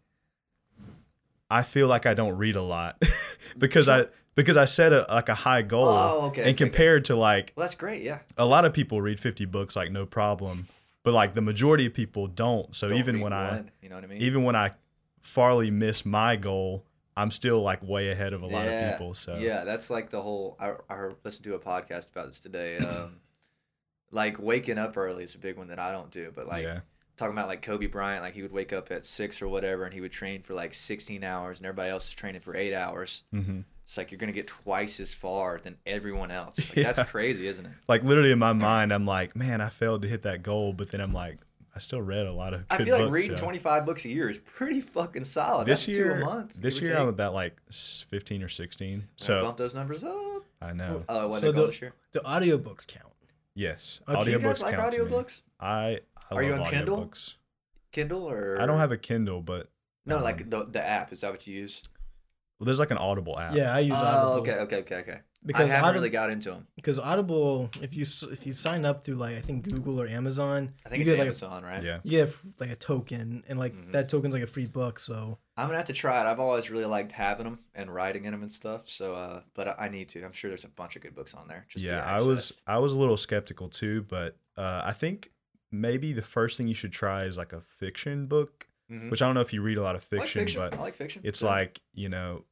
I feel like I don't read a lot because I because I set a like a high goal Oh, okay, okay, okay. and compared to like well, that's great. Yeah. a lot of people read 50 books like no problem, but like the majority of people don't. So Don't even read when I one, you know what I mean. even when I farly miss my goal, I'm still like way ahead of a lot yeah. of people. So yeah, that's like the whole. I, I heard, listened to a podcast about this today. Um, like waking up early is a big one that I don't do, but like. yeah, Talking about like Kobe Bryant, like he would wake up at six or whatever, and he would train for like sixteen hours, and everybody else is training for eight hours. hmm It's like you're gonna get twice as far than everyone else. Like, Yeah. That's crazy, isn't it? like literally in my mind, I'm like, man, I failed to hit that goal, but then I'm like, I still read a lot of. I Good feel like books, reading so. 25 books a year is pretty fucking solid. This That's year, two a month. give this or year take. I'm about like s- 15 or 16. Gotta So bump those numbers up. Oh, I know. it wasn't So a goal the- this year. Do audiobooks count? Yes, Okay. uh, Do you guys audiobooks like count to me. audiobooks? I, I Are you love on Kindle? audiobooks. Kindle or I don't have a Kindle, but no, um, like the the app. Is that what you use? well, there's like an Audible app. Yeah, I use Audible. Oh, okay, okay, okay, okay. Because I haven't Audib- really got into them. because Audible, if you s- if you sign up through like I think Google or Amazon, I think you it's get Amazon, right? yeah. like you get like a token, and like Mhm. that token's like a free book. So I'm gonna have to try it. I've always really liked having them and writing in them and stuff. So, uh, but I, I need to. I'm sure there's a bunch of good books on there. Just to yeah, I access. was I was a little skeptical too, but uh, I think maybe the first thing you should try is like a fiction book, Mhm. which I don't know if you read a lot of I like fiction, fiction. I but like fiction. it's Yeah. like you know,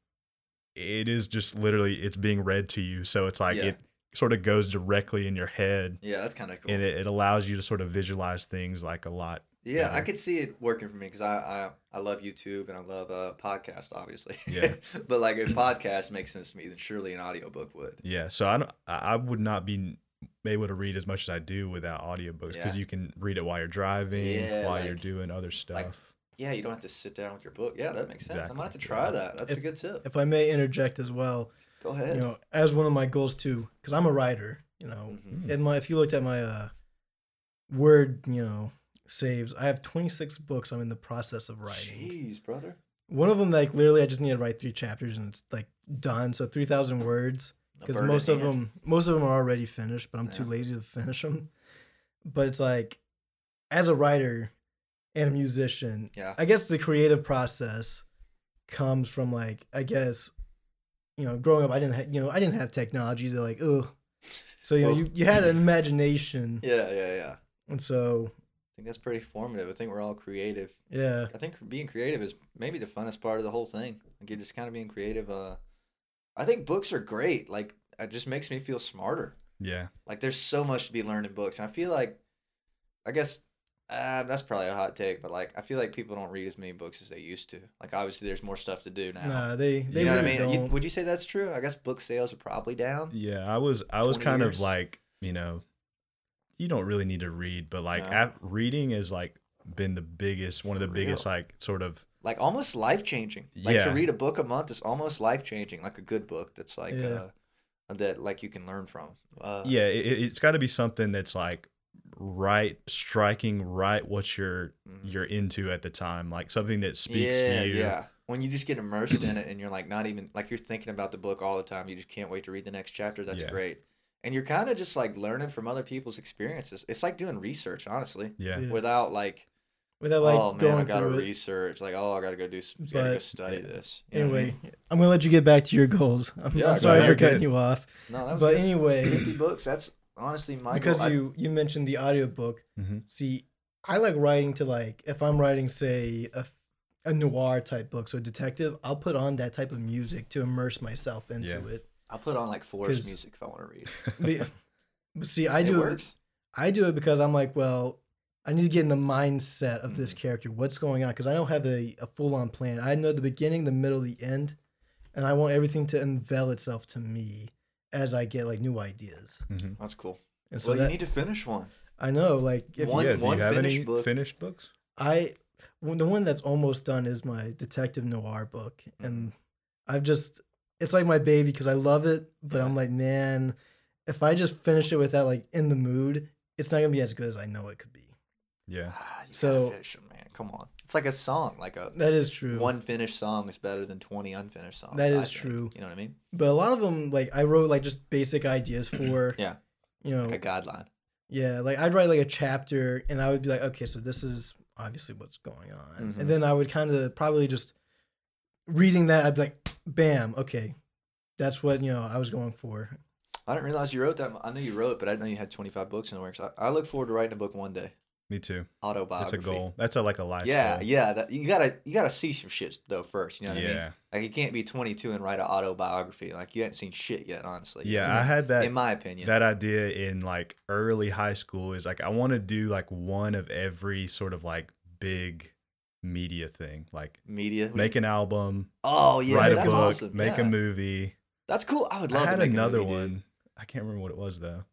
it is just literally it's being read to you, so it's like Yeah. it sort of goes directly in your head Yeah, that's kind of cool. and it, it allows you to sort of visualize things like a lot. Yeah, I better. could see it working for me because I, I I love YouTube and I love uh podcast obviously. Yeah. but like if podcast makes sense to me, then surely an audiobook would. Yeah. So I don't, I I would not be able to read as much as I do without audiobooks Yeah. because you can read it while you're driving, Yeah, while you're like- doing other stuff. Yeah, you don't have to sit down with your book. Yeah, that makes sense. I might have to Exactly. try that. That's a good tip. If I may interject as well, Go you ahead. know, as one of my goals too, because I'm a writer, you know, Mhm. and my if you looked at my uh, word, you know, saves, I have 26 books I'm in the process of writing. Jeez, brother. One of them, like literally, I just need to write three chapters and it's like done. So 3,000 words. A because bird in most of hand. them most of them are already finished but i'm too Yeah. lazy to finish them but it's like as a writer and a musician Yeah. i guess the creative process comes from like i guess you know growing up i didn't ha- you know i didn't have technology to like ugh so you know Well- you, you had an imagination Yeah, yeah, yeah. I and so think that's pretty formative. I think we're all creative. yeah I think being creative is maybe the funnest part of the whole thing. Like you just kind of being creative. Uh, I think books are great. Like it just makes me feel smarter. Yeah. Like there's so much to be learned in books, and I feel like, I guess, uh, that's probably a hot take, but like I feel like people don't read as many books as they used to. Like obviously there's more stuff to do now. nah they they you know really what I mean? You- don't would you say that's true? I guess book sales are probably down. Yeah. I was, I was 20 kind years. of like, you know, you don't really need to read, but like No. ap- reading is like been the biggest, one of For the biggest, real. like sort of, Like almost life changing. Like to Yeah. read a book a month is almost life changing. Like a good book that's like Yeah. uh, that like you can learn from. Uh, yeah, it, it- it's got to be something that's like right, striking right what you're, mhm. you're into at the time, like something that speaks to you. Yeah. When you just get immersed in it and you're like not even like you're thinking about the book all the time, you just can't wait to read the next chapter. That's Yeah. great. And you're kind of just like learning from other people's experiences. It's like doing research, honestly, Yeah. Yeah. without like, without like oh man, I going gotta through it. research. Like, oh, I gotta go do, s- gotta go But- study this. You know what I anyway mean? i'm gonna let you get back to your goals i'm, Yeah, I'm go sorry for ahead. You're good. cutting you off no, that was but good. anyway 50 books. That's honestly my because goal. I- Mm-hmm. you you mentioned the audiobook Mhm. see i like writing to like if i'm writing say a, f- a noir type book so detective i'll put on that type of music to immerse myself into Yeah. it I'll put on like forest 'cause- music if I want to read. but, but see i it do it, works. i do it because i'm like well i need to get in the mindset of Mm-hmm. this character what's going on because i don't have a, a full-on plan i know the beginning the middle the end and i want everything to unveil itself to me as i get like new ideas Mhm. That's cool. and so Well, you that need to finish one. i know like if One- yeah. Do one you have finished any book. finished books? I well, the one that's almost done is my detective noir book, Mm-hmm. and I've just it's like my baby because I love it, but I'm Yeah. like, man, if I just finish it without like in the mood, it's not gonna be as good as I know it could be. Yeah. Ah, you So- gotta finish 'em, man. Come on. It's like a song, like a That is true. one finished song is better than 20 unfinished songs. That I is think. true. You know what I mean? but a lot of them, like I wrote like just basic ideas for. Yeah. You Oh. know, Like a guideline. yeah, like I'd write like a chapter, and I would be like, okay, so this is obviously what's going on, Mhm. and then I would kind of probably just reading that, I'd be like, bam, okay, that's what you know I was going for. I didn't realize you wrote that. mu- I knew you wrote, but I didn't know you had 25 books in the works. I, I look forward to writing a book one day. Me too. That's Autobiography. a goal. That's a like a life. Yeah, goal. yeah. That, you gotta, you gotta see some shit though first. You know what I mean? yeah, Like you can't be 22 and write an autobiography. Like you haven't seen shit yet, honestly. you know yeah. what I mean? had in that my opinion. that idea in like early high school. Is like I want to do like one of every sort of like big media thing, like media. make an album, oh yeah, write a that's book, awesome. make yeah. a movie. That's cool. I would I love. had to make another a movie, dude. one. I can't remember what it was though.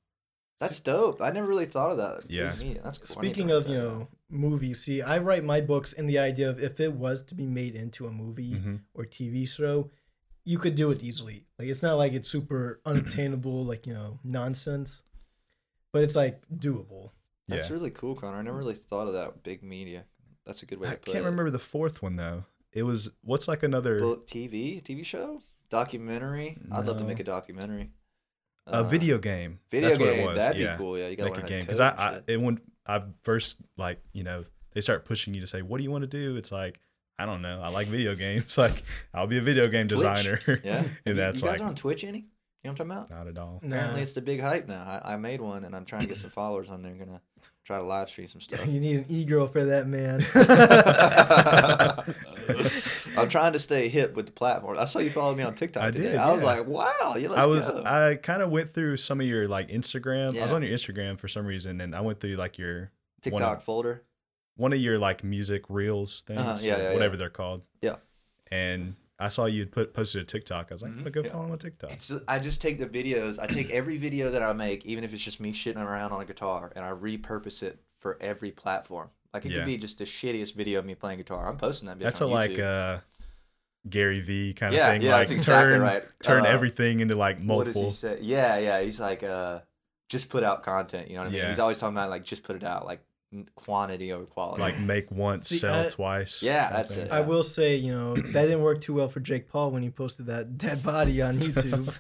That's dope. I never really thought of that. Yeah. Pretty neat. That's cool. I need to Speaking write of, that you down. know, movies, see, I write my books in the idea of if it was to be made into a movie Mm-hmm. hmm or TV show, you could do it easily. Like, it's not like it's super unattainable, like, you know, nonsense, but it's like doable. Yeah, That's really cool, Connor. I never really thought of that big media. That's a good way I to put it. can't remember the fourth one though. It was what's like another Book, TV, TV show, documentary. I'd love to No. make a documentary. a video game. uh, Video That's game. what it was. That'd yeah. be cool. Yeah, you gotta like a learn game because because I, I it, when I first like you know they start pushing you to say what do you want to do it's like I don't know I like video games like I'll be a video game Twitch? designer yeah. and that's you guys like are on Twitch any? You know what I'm talking about? Not at all. Apparently, Nah. it's the big hype now. I, I made one, and I'm trying to get some followers on there. Gonna try to live stream some stuff. You need an e girl for that, man. I'm trying to stay hip with the platform. I saw you follow me on TikTok I today. did, I was yeah. like, wow, yeah, let's I was go. I kind of went through some of your like Instagram. I was Yeah. on your Instagram for some reason, and I went through like your TikTok folder. one of your like music reels things, Uh-huh, yeah, or yeah, yeah. whatever they're called. Yeah. And I saw you put posted a TikTok. I was like, Mhm, "Oh, go yeah. follow my TikTok. It's ju- I just take the videos. I take every video that I make, even if it's just me shitting around on a guitar, and I repurpose it for every platform. Like it Yeah. could be just the shittiest video of me playing guitar. I'm posting that. Bitch That's a on like YouTube. uh, Gary V kind of yeah, thing. yeah, like that's exactly turn right. turn Uh, everything into like What multiple. does he say? Yeah, yeah. He's like, uh, just put out content. You know what I mean? Yeah. He's always talking about like just put it out, like n- quantity over quality. Like make once, See, sell I- twice. Yeah, kinda that's thing. it. I will say, you know, that didn't work too well for Jake Paul when he posted that dead body on YouTube.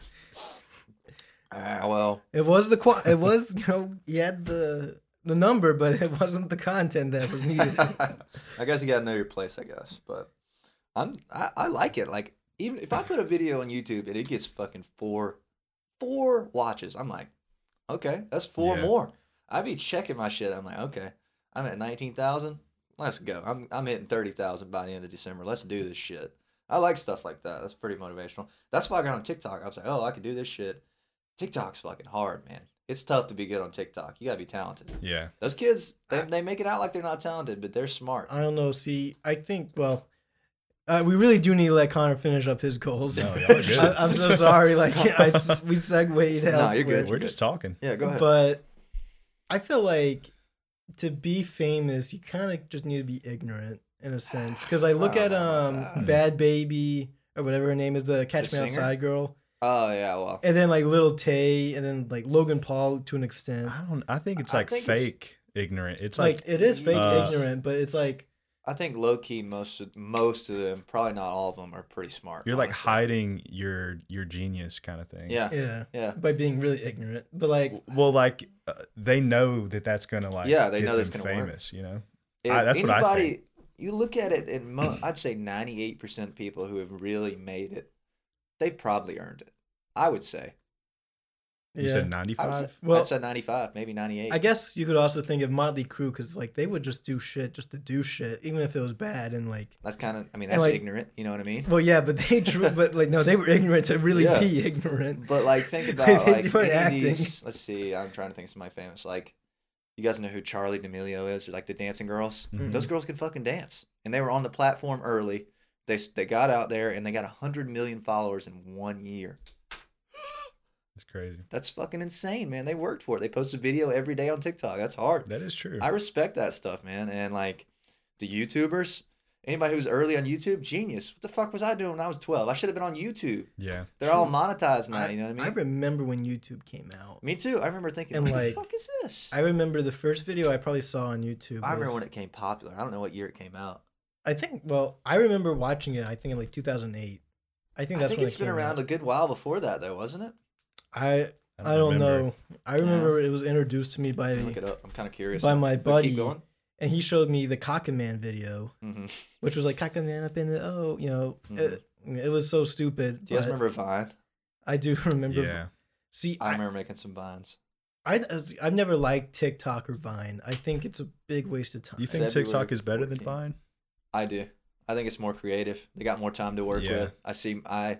ah, well, it was the qua- it was you know he had the the number, but it wasn't the content that was needed. I guess you gotta know your place. I guess, but I'm I, I like it. Like even if I put a video on YouTube and it gets fucking four four watches, I'm like, okay, that's four Yeah. more. I be checking my shit. I'm like, okay, I'm at nineteen thousand. Let's go. I'm I'm hitting thirty thousand by the end of December. Let's do this shit. I like stuff like that. That's pretty motivational. That's why I got on TikTok. I was like, oh, I could do this shit. TikTok's fucking hard, man. It's tough to be good on TikTok. You gotta be talented. Yeah. Those kids, they, they make it out like they're not talented, but they're smart. I don't know. See, I think well, uh, we really do need to let Connor finish up his goals. No, y'all are good. I, am so sorry. Like I s- we segued No, elsewhere. you're good. We're just talking. Yeah, go ahead. But I feel like to be famous, you kind of just need to be ignorant in a sense. Because I look I at don't know about um that. Bad Baby or whatever her name is, the Catch Oh, The Me singer? Outside girl, oh yeah, well, and then like Little Tay, and then like Logan Paul to an extent. I don't. I think it's I like think it's- fake ignorant. It's like, Like, it is fake Uh, ignorant, but it's like I think low key most of, most of them, probably not all of them, are pretty smart. you're like honestly. hiding your your genius kind of thing. Yeah, yeah, yeah, by being really ignorant. But like Well, like uh, they know that that's gonna like Yeah, they get know that's them gonna work. famous. You know. If I- that's what I think. You look at it, and mo- I'd say ninety eight percent of people who have really made it, they probably earned it. I would say. You yeah. said ninety I would five. say, Well- I'd say ninety five, maybe ninety eight. I guess you could also think of Motley Crue because like they would just do shit just to do shit, even if it was bad and like That's kind of. I mean, And, that's like- ignorant. You know what I mean? Well, yeah, but they drew, but like, no, they were ignorant to really Yeah. be ignorant. But like, think They- about they like any weren't of acting. these. Let's see. I'm trying to think of somebody famous. Like, you guys know who Charlie D'Amelio is? Or like the dancing girls. Mm-hmm. Mhm. Those girls can fucking dance, and they were on the platform early. They s- they got out there and they got hundred million followers in one year. It's crazy. That's fucking insane, man. They worked for it. They posted video every day on TikTok. That's hard. That is true. I respect that stuff, man. And like the YouTubers, anybody who's early on YouTube, genius. What the fuck was I doing when I was twelve? I should have been on YouTube. yeah. They're all monetized now. I, you know what I mean? I remember when YouTube came out. Me too. I remember thinking, And, what like, the fuck is this? I remember the first video I probably saw on YouTube. I remember was- when it came popular. I don't know what year it came out. I think. Well, I remember watching it. I think in like 2008. I I think think, that's when it's it been came around Out. a good while before that, though, wasn't it? I I don't remember. know. I remember it was introduced to me by Look it up. I'm kind of curious. by my But buddy, keep going. and he showed me the Cockaman video, hmm which was like Cockaman up in the oh, you know, Mhm. it, it was so stupid. Do you guys but remember Vine? I do remember. Yeah. See, I I, remember making some vines. I as- I've never liked TikTok or Vine. I think it's a big waste of time. You think February TikTok is better than 14th. Vine? I do. I think it's more creative. They got more time to work Yeah. with. I see. I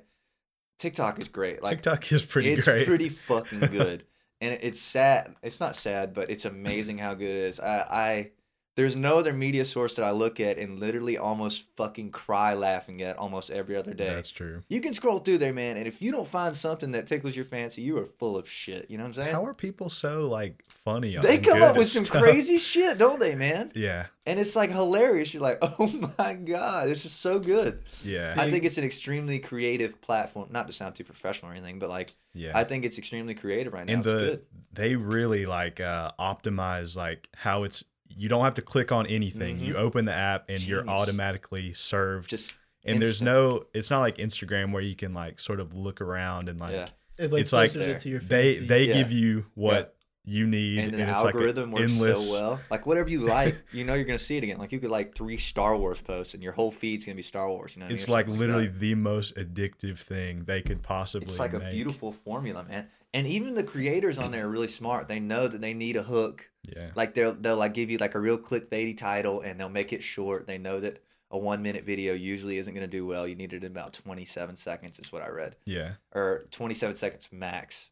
TikTok is great. Like TikTok is pretty it's great. pretty fucking good. and it's sad. It's not sad, but it's amazing how good it is. I, I there's no other media source that I look at and literally almost fucking cry laughing at almost every other day. That's true. you can scroll through there, man, and if you don't find something that tickles your fancy, you are full of shit. You know what I'm saying? How are people so like funny? they and come good up at with some stuff? crazy shit, don't they, man? Yeah. And it's like hilarious. You're like, oh my god, this is so good. Yeah. I think it's an extremely creative platform. Not to sound too professional or anything, but like Yeah. I think it's extremely creative right now. and it's the good. they really like uh optimize like how it's you don't have to click on anything. You open the app and you're Genius. automatically served. Mm-hmm. Just and there's instant. no it's not like Instagram where you can like sort of look around and like Yeah. It like It's like pushes it to your they fancy. they Yeah. give you what you need, and and, the it's like algorithm an works endless. so well. Like whatever you like, you know you're gonna see it again. Like you could like three Star Wars posts, and your whole feed's gonna be Star Wars. You know, what I mean? It's Or like something literally that. the most addictive thing they could possibly. It's like a make. beautiful formula, man. And even the creators on there are really smart. They know that they need a hook. Yeah. Like they'll they'll like give you like a real clickbaity title, and they'll make it short. They know that a one minute video usually isn't gonna do well. You need it in about twenty seven seconds, is what I read, Yeah. or twenty seven seconds max.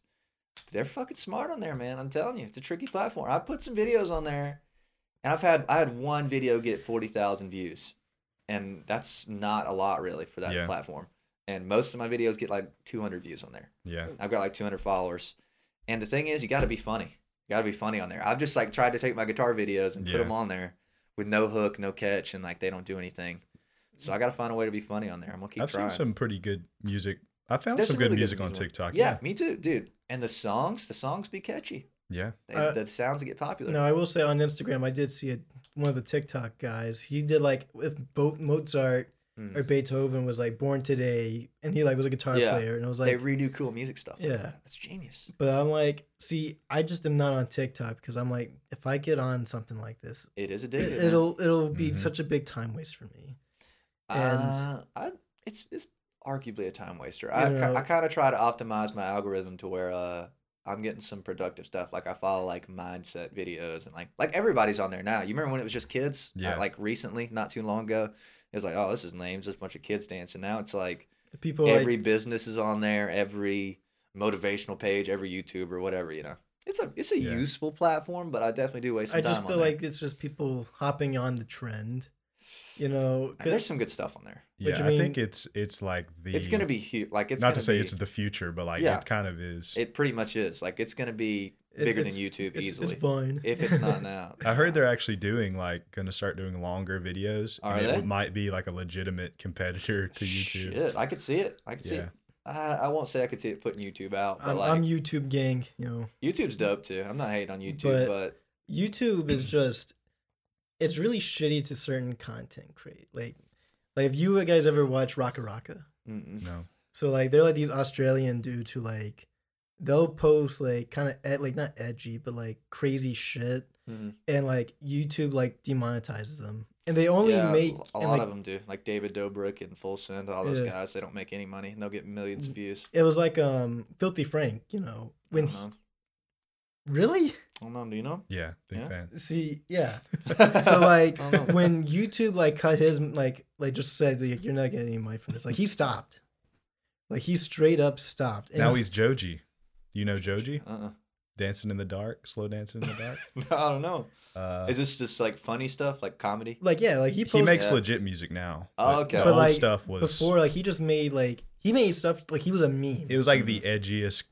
They're fucking smart on there, man. I'm telling you, it's a tricky platform. I put some videos on there, and I've had I had one video get forty thousand views, and that's not a lot really for that Yeah. platform. And most of my videos get like two hundred views on there. Yeah. I've got like 200 followers. And the thing is, you got to be funny. You got to be funny on there. I've just like tried to take my guitar videos and put Yeah. them on there with no hook, no catch, and like they don't do anything. So I got to find a way to be funny on there. I'm gonna keep Mm. I've trying. seen some pretty good music. I found There's some good really music on ones. TikTok. Yeah, me too, dude. And the songs, the songs be catchy. Yeah. They, Uh, the sounds get popular. No, I will say on Instagram, I did see it. One of the TikTok guys, he did like if both Mozart Mm. or Beethoven was like born today, and he like was a guitar Yeah. player, and I was they like, redo cool music stuff. like Yeah. that. that's genius. but I'm like, see, I just am not on TikTok because I'm like, if I get on something like this, It is it, addictive. man. it'll it'll be Mhm. such a big time waste for me. and- Uh, I, it's it's arguably a time waster. You I, know. ki- I kind of try to optimize my algorithm to where uh I'm getting some productive stuff. Like I follow like mindset videos and like like everybody's on there now. You remember when it was just kids? Uh, Yeah. Like recently, not too long ago, it was like oh this is lame, it's just a bunch of kids dancing. Now it's like People every like, business is on there, every motivational page, every YouTube or whatever. You know, it's a it's a Yeah. useful platform, but I definitely do waste some I time just on feel there. like it's just people hopping on the trend, you know. And there's some good stuff on there. What Yeah. you I think mean? it's it's like the. It's gonna be huge. Like it's not gonna to say be- it's the future, but like Yeah. it kind of is. It pretty much is. Like it's gonna be It- bigger it's- than YouTube it's, easily. it's Vine. if it's not now. I heard they're actually doing like going to start doing longer videos. Are and they? It might be like a legitimate competitor to YouTube. Shit, I could see it. I could see Yeah. it. I, I won't say I could see it putting YouTube out, but I'm, like I'm YouTube gang, you know. YouTube's dope too. I'm not hating on YouTube, But- but, YouTube is just it's really shitty to certain content create. Like like if you guys ever watch Raka Raka, mm-mm. No. so like they're like these Australian dudes who like they'll post like kind of ed- like not edgy but like crazy shit Mhm. and like YouTube like demonetizes them. And they only yeah, make a and, lot like, of them do. Like David Dobrik and Full Send, all those Yeah. guys. They don't make any money and they'll get millions of views. it was like um Filthy Frank, you know, when I he, don't know. really I don't know. Do you know? Yeah. Big Yeah. fan. see yeah so like I don't know. when YouTube like cut his like like just said like, you're not getting any money from this. Like he stopped. Like he straight up stopped. And Now he's Joji. You know Joji? Uh-uh. Dancing in the dark, slow dancing in the dark. I don't know. Uh, Is this just like funny stuff, like comedy? like yeah, like he he posted makes Yeah. legit music now. Oh, but okay. The But, old like, stuff was before like he just made like he made stuff like he was a meme. It was like the edgiest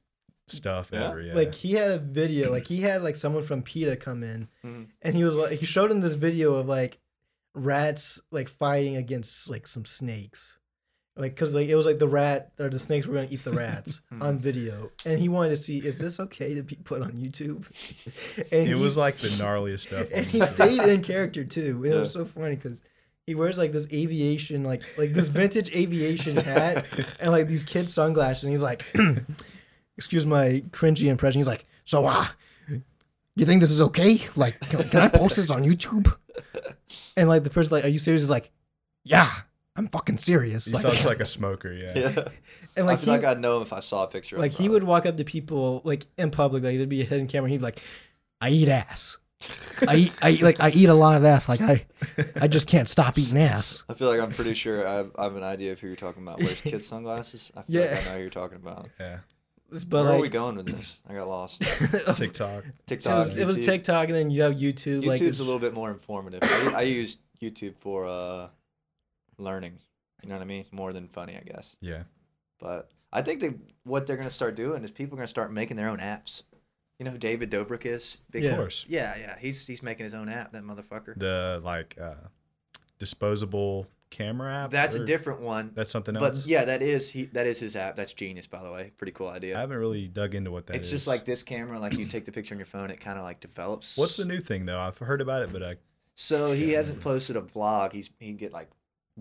stuff Mm-hmm. Yeah. ever. Yeah. Like he had a video, like he had like someone from PETA come in Mm-hmm. Mhm. and he was like he showed him this video of like rats like fighting against like some snakes. Like cuz like it was like the rat or the snakes were going to eat the rats Mm-hmm. on video and he wanted to see is this okay to be put on YouTube? and it he- was like the gnarliest stuff. on and he YouTube. stayed in character too. And it was Yeah. so funny cuz he wears like this aviation like like this vintage aviation hat and like these kid sunglasses and he's like excuse my cringy impression he's like so uh you think this is okay like can, can i post this on youtube and like the person like are you serious is like yeah i'm fucking serious He like, sounds like a smoker. Yeah. Yeah. and like I he, feel like I'd know if I saw a picture. of like it, he would walk up to people like in public like there'd be a hidden camera and he'd be like i eat ass i eat, I eat- like i eat a lot of ass like i i just can't stop eating ass I feel like I'm pretty sure I have, I have an idea of who you're talking about. Wears kid sunglasses. I feel like I Yeah. know who you're talking about. Yeah. but Where are we like going with this? I got lost. it TikTok. TikTok. was, it was YouTube. tiktok and then you have youtube YouTube's like it's- a little bit more informative. I, I use YouTube for uh, learning. You know what I mean? More than funny, I guess. Yeah. But I think that what they're gonna start doing is people are gonna start making their own apps. You know who David Dobrik is? Big Yeah. Of course. Yeah, yeah. He's he's making his own app. That motherfucker. The like uh, disposable camera app. That's a or- different one. That's something But else. yeah, that is he. That is his app. That's genius, by the way. Pretty cool idea. I haven't really dug into what that it's is. just like this camera like you take the picture on your phone it kind of like develops What's the new thing though? I've heard about it, but I so he Yeah. hasn't posted a vlog he's he can get like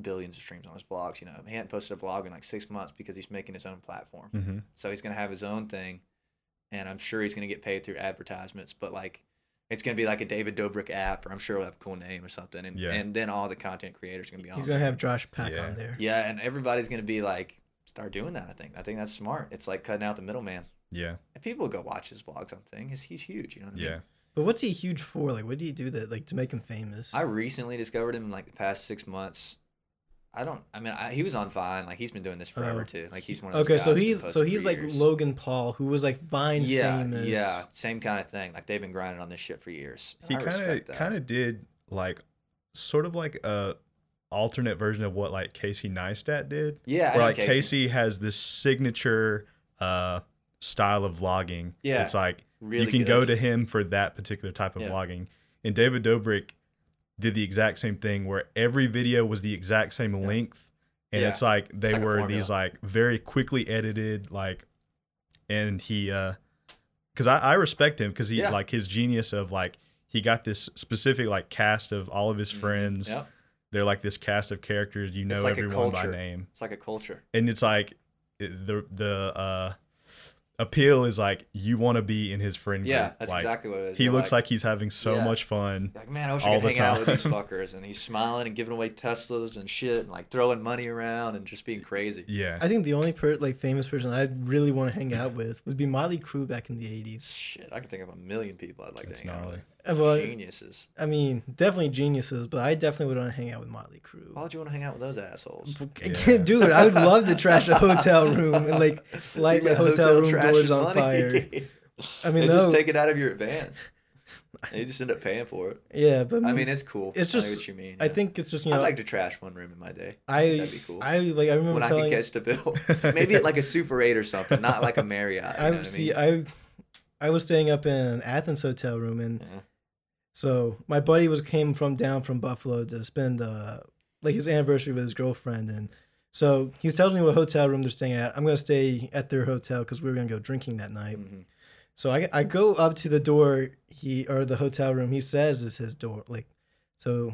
billions of streams on his vlogs you know Hmm. he hadn't posted a vlog in like six months because he's making his own platform mhm. so he's gonna have his own thing and I'm sure he's gonna get paid through advertisements. But like, it's gonna be like a David Dobrik app, or I'm sure it'll have a cool name or something. And Yeah. and then all the content creators are gonna be on. He's there. gonna have Josh Pack Yeah. on there. yeah, and everybody's gonna be like, start doing that. I think I think that's smart. It's like cutting out the middleman. Yeah. And people go watch his vlogs on thing. He's, he's huge. You know what I mean? Yeah. But what's he huge for? Like, what do you do that like to make him famous? I recently discovered him in like the past six months. I don't. I mean, I, he was on Vine. Like he's been doing this forever Oh. too. Like he's one of those okay, guys so who's been he's so posting for he's like years. Logan Paul, who was like Vine Yeah, famous. yeah, same kind of thing. Like they've been grinding on this shit for years. He I kind of respect that. kind of did like sort of like a alternate version of what like Casey Neistat did. yeah. I where know like Casey. has this signature uh style of vlogging. Yeah. It's like really you can good. go to him for that particular type of Yeah. vlogging. And David Dobrik did the exact same thing where every video was the exact same length. And Yeah. it's like they like a were these like very quickly edited, like and he uh because I, I respect him because he Yeah. like his genius of like he got this specific like cast of all of his Mhm. friends. Yep. They're like this cast of characters. You know like a everyone by culture. name It's like a culture. and it's like it- the the uh appeal is like you want to be in his friend group. Yeah, that's like, exactly what it is. He You're looks like, he's having so Yeah. much fun. Like man, I wish I all could hang the out with these time. fuckers. And he's smiling and giving away Teslas and shit, and like throwing money around and just being crazy. Yeah, I think the only per- like famous person I'd really want to hang out with would be Motley Crue back in the '80s. Shit, I can think of a million people I'd like that's to hang out gnarly. with. Uh, Well, Geniuses. I mean, definitely geniuses, but I definitely would want to hang out with Motley Crue. Why would you want to hang out with those assholes? Yeah. Dude, I would love to trash a hotel room and like light You the got hotel room trash doors and on money. fire. I mean, they just no- take it out of your advance. And you just end up paying for it. Yeah, but I mean, it's cool. It's I know just- what you mean. I yeah. think it's just you know I'd like to trash one room in my day I that'd be cool. I like I remember when I telling can catch the bill. Maybe at like a Super Eight or something, not like a Marriott. You I know what I see mean? I I was staying up in an Athens hotel room and Yeah. so my buddy was came from down from Buffalo to spend uh like his anniversary with his girlfriend and so he tells me what hotel room they're staying at. I'm gonna stay at their hotel because we were gonna go drinking that night. Mhm. So I, I go up to the door he or the hotel room he says is his door like so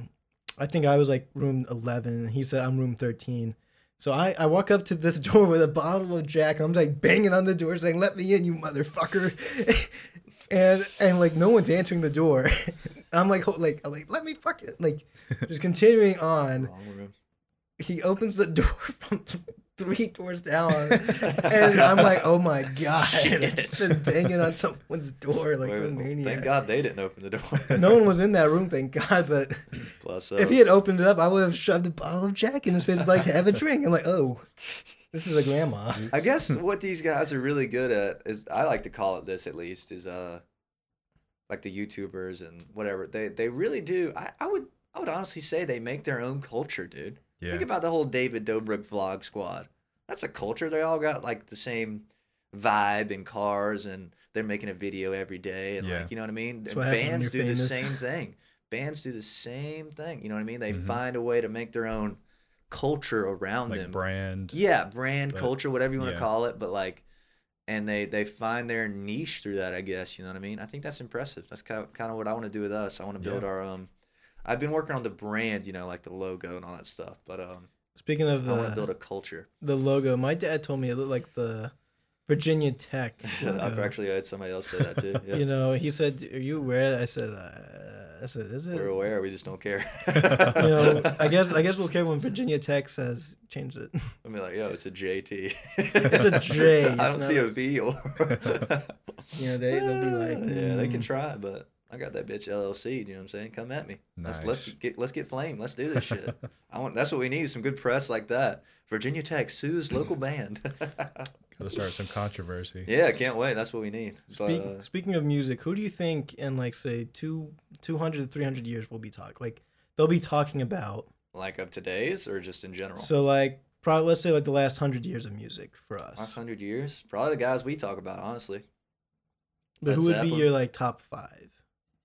I think I was like room 11 and he said I'm room 13 so I, I walk up to this door with a bottle of Jack and I'm like banging on the door saying let me in you motherfucker and and like no one's answering the door I'm like ho- like I'm like let me fuck it like just continuing on Wrong room. he opens the door from th- three doors down and i'm like oh my god it's been banging on someone's door like Wait, some well, maniac Thank God they didn't open the door. no one was in that room thank god but Plus, uh, if he had opened it up i would have shoved a bottle of jack in his face like have a drink i'm like oh this is a grandma I guess what these guys are really good at is I like to call it this at least is uh like the YouTubers and whatever they they really do. I, I would I would honestly say they make their own culture, dude. yeah, Think about the whole David Dobrik vlog squad. That's a culture. They all got like the same vibe and cars, and they're making a video every day, and Yeah. like you know what I mean. That's And what happens when bands do you're the famous. same thing. Bands do the same thing. You know what I mean? They Mm-hmm. Mhm. find a way to make their own culture around like them. brand. Yeah, brand But- culture, whatever you want to yeah. call it, but like, and they they find their niche through that, I guess. You know what I mean? I think that's impressive. That's kind of, kind of what I want to do with us. I want to build Yeah. our um. I've been working on the brand, you know, like the logo and all that stuff, but um, speaking of I want to build the, a culture. the logo my dad told me it looked like the virginia tech I've logo. actually heard somebody else say that too. Yeah. you know he said are you aware i said uh, i said is it We're aware, we just don't care. you know, I guess I guess we'll care when Virginia Tech says change it. I'm like, yo, it's a JT. a I J, it's don't see not- a V or. You know, they they'll be like, Uh, yeah, they can "Mm, try, but I got that bitch LLC. You know what I'm saying? Come at me. Let's let's Nice. get let's get flame. Let's do this shit. I want that's what we need is some good press like that. Virginia Tech sues local band. Gotta start some controversy. yeah, I can't wait. That's what we need. But, Speak, uh, speaking of music, who do you think in like say two 200 300 years we'll be talk like they'll be talking about? like of today's or just in general? So like probably let's say like the last 100 years of music for Last us. hundred years, probably the guys we talk about. Honestly, Led But who would be Zeppelin. your like top 5?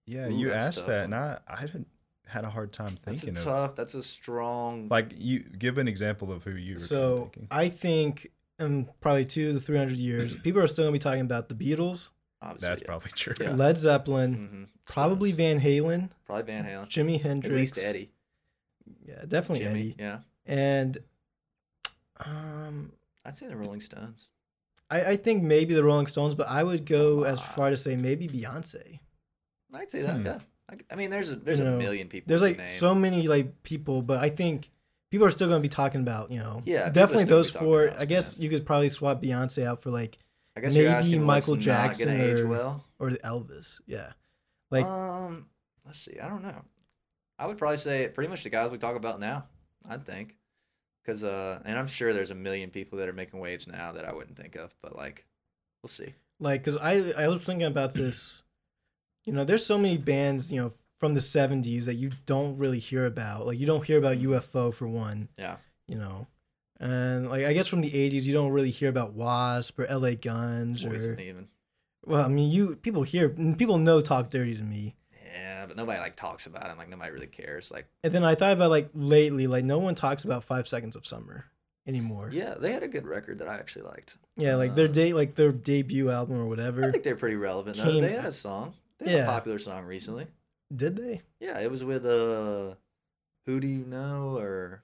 Yeah, Ooh, you that's asked tough. that, and I I didn't, had a hard time that's a thinking of tough. That's a strong. like you give an example of who you were kinda So thinking. I think in probably 2 to 300 years people are still going to be talking about the Beatles, obviously, That's yeah. probably true. Yeah. Led Zeppelin, Mhm. probably Stones. Van Halen, probably Van Halen. Jimi At Hendrix, least Eddie, Yeah, definitely Jimmy. Eddie. Yeah, And um I'd say the Rolling Stones. I, I think maybe the Rolling Stones, but I would go as Ah, far to say maybe Beyonce. I'd say that. Hmm. Yeah. I, I mean, there's a there's You a know, million people. There's to like name. so many like people, but I think people are still going to be talking about you know Yeah, people definitely still be those talking four. about I guess you could probably swap Beyonce out for like I guess you're maybe asking Michael what's not Jackson gonna age or- well. or the Elvis. Yeah, like um, let's see. I don't know. I would probably say pretty much the guys we talk about now. I think, because uh, and I'm sure there's a million people that are making waves now that I wouldn't think of, but like, we'll see. like because I I was thinking about this. You know, there's so many bands you know from the '70s that you don't really hear about. Like you don't hear about UFO for one. Yeah. You know. And like I guess from the '80s, you don't really hear about Wasp or LA Guns or Poison even. Well, I mean, you people hear people know "Talk Dirty" to me, Yeah, but nobody like talks about him. Like nobody really cares. Like, and then I thought about like lately, like no one talks about Five Seconds of Summer anymore. yeah, they had a good record that I actually liked. Yeah, like their Uh, date, like their debut album or whatever. I think they're pretty relevant. Though. Came- They had a song. They had Yeah. a popular song recently. Did they? Yeah, it was with uh, Who Do You Know or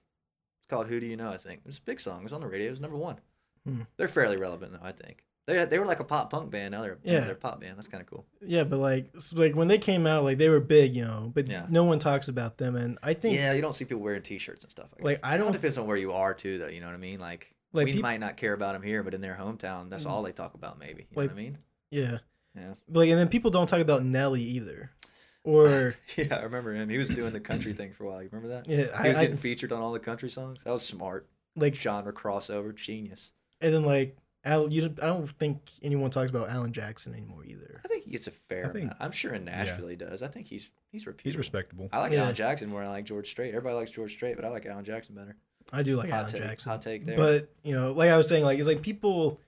it's called Who Do You Know? I think it was a big song. It was on the radio. It was number one. Hmm. They're fairly relevant though. I think they they were like a pop punk band. Now they're yeah. Yeah. they're a pop band. That's kind of cool. Yeah, but like, s- like when they came out, like they were big, you know, but Yeah. no one talks about them, and I think yeah, you don't see people wearing T-shirts and stuff. Like, guess. I It all don't- depends on where you are too, though. You know what I mean? Like, Like, we peop- Hmm. might not care about them here, but in their hometown, that's all they talk about. Maybe you Like- know what I mean? yeah, Yeah. But, like, and then people don't talk about Nelly either, or Yeah, I remember him. He was doing the country thing for a while. You remember that? yeah, He was I, I getting featured on all the country songs. That was smart. like, Genre crossover, genius. and then like Al, you, don't- I don't think anyone talks about Alan Jackson anymore either. I think he gets a fair I think- amount. I'm sure in Nashville he does. I think he's he's repeated. He's respectable. I like Yeah. Alan Jackson more than I like George Strait. Everybody likes George Strait, but I like Alan Jackson better. I do like hot Alan take. Jackson. Hot take there. But you know, like I was saying, like it's like people,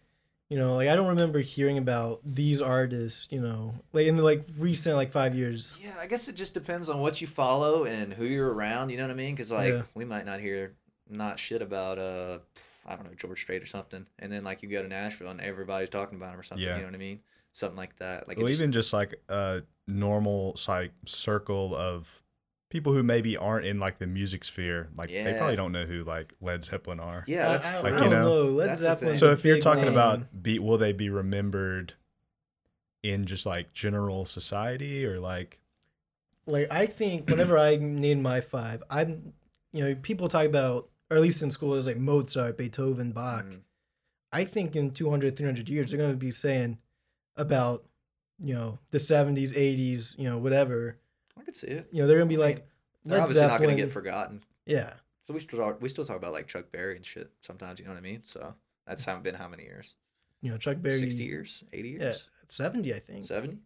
you know, like I don't remember hearing about these artists, you know, like in the like recent like five years. yeah, I guess it just depends on what you follow and who you're around. You know what I mean? Because like Yeah. we might not hear not shit about uh I don't know George Strait or something, and then like you go to Nashville and everybody's talking about him or something. Yeah. You know what I mean? Something like that. Like well, it just- even just like a normal like circle of people who maybe aren't in like the music sphere, like they Yeah. probably don't know who like Led Zeppelin are. yeah, that's, I, I, Like, I you don't know, know. Led that's the Zeppelin's thing. So a if you're big talking name. about be will they be remembered in just like general society or like like I think whenever I name my five, I'm you know people talk about or at least in school it's like Mozart, Beethoven, Bach. Mm. I think in 200, 300 years they're going to be saying about you know the 70s, 80s, you know whatever. I could see it. You know they're going to be I mean, like They're Led obviously not going to Zeppelin- get forgotten. yeah. So we still talk, we still talk about like Chuck Berry and shit sometimes. You know what I mean? So that's haven't been how many years? You know Chuck Berry Sixty years, eighty Yeah, years, 70, I think. seventy.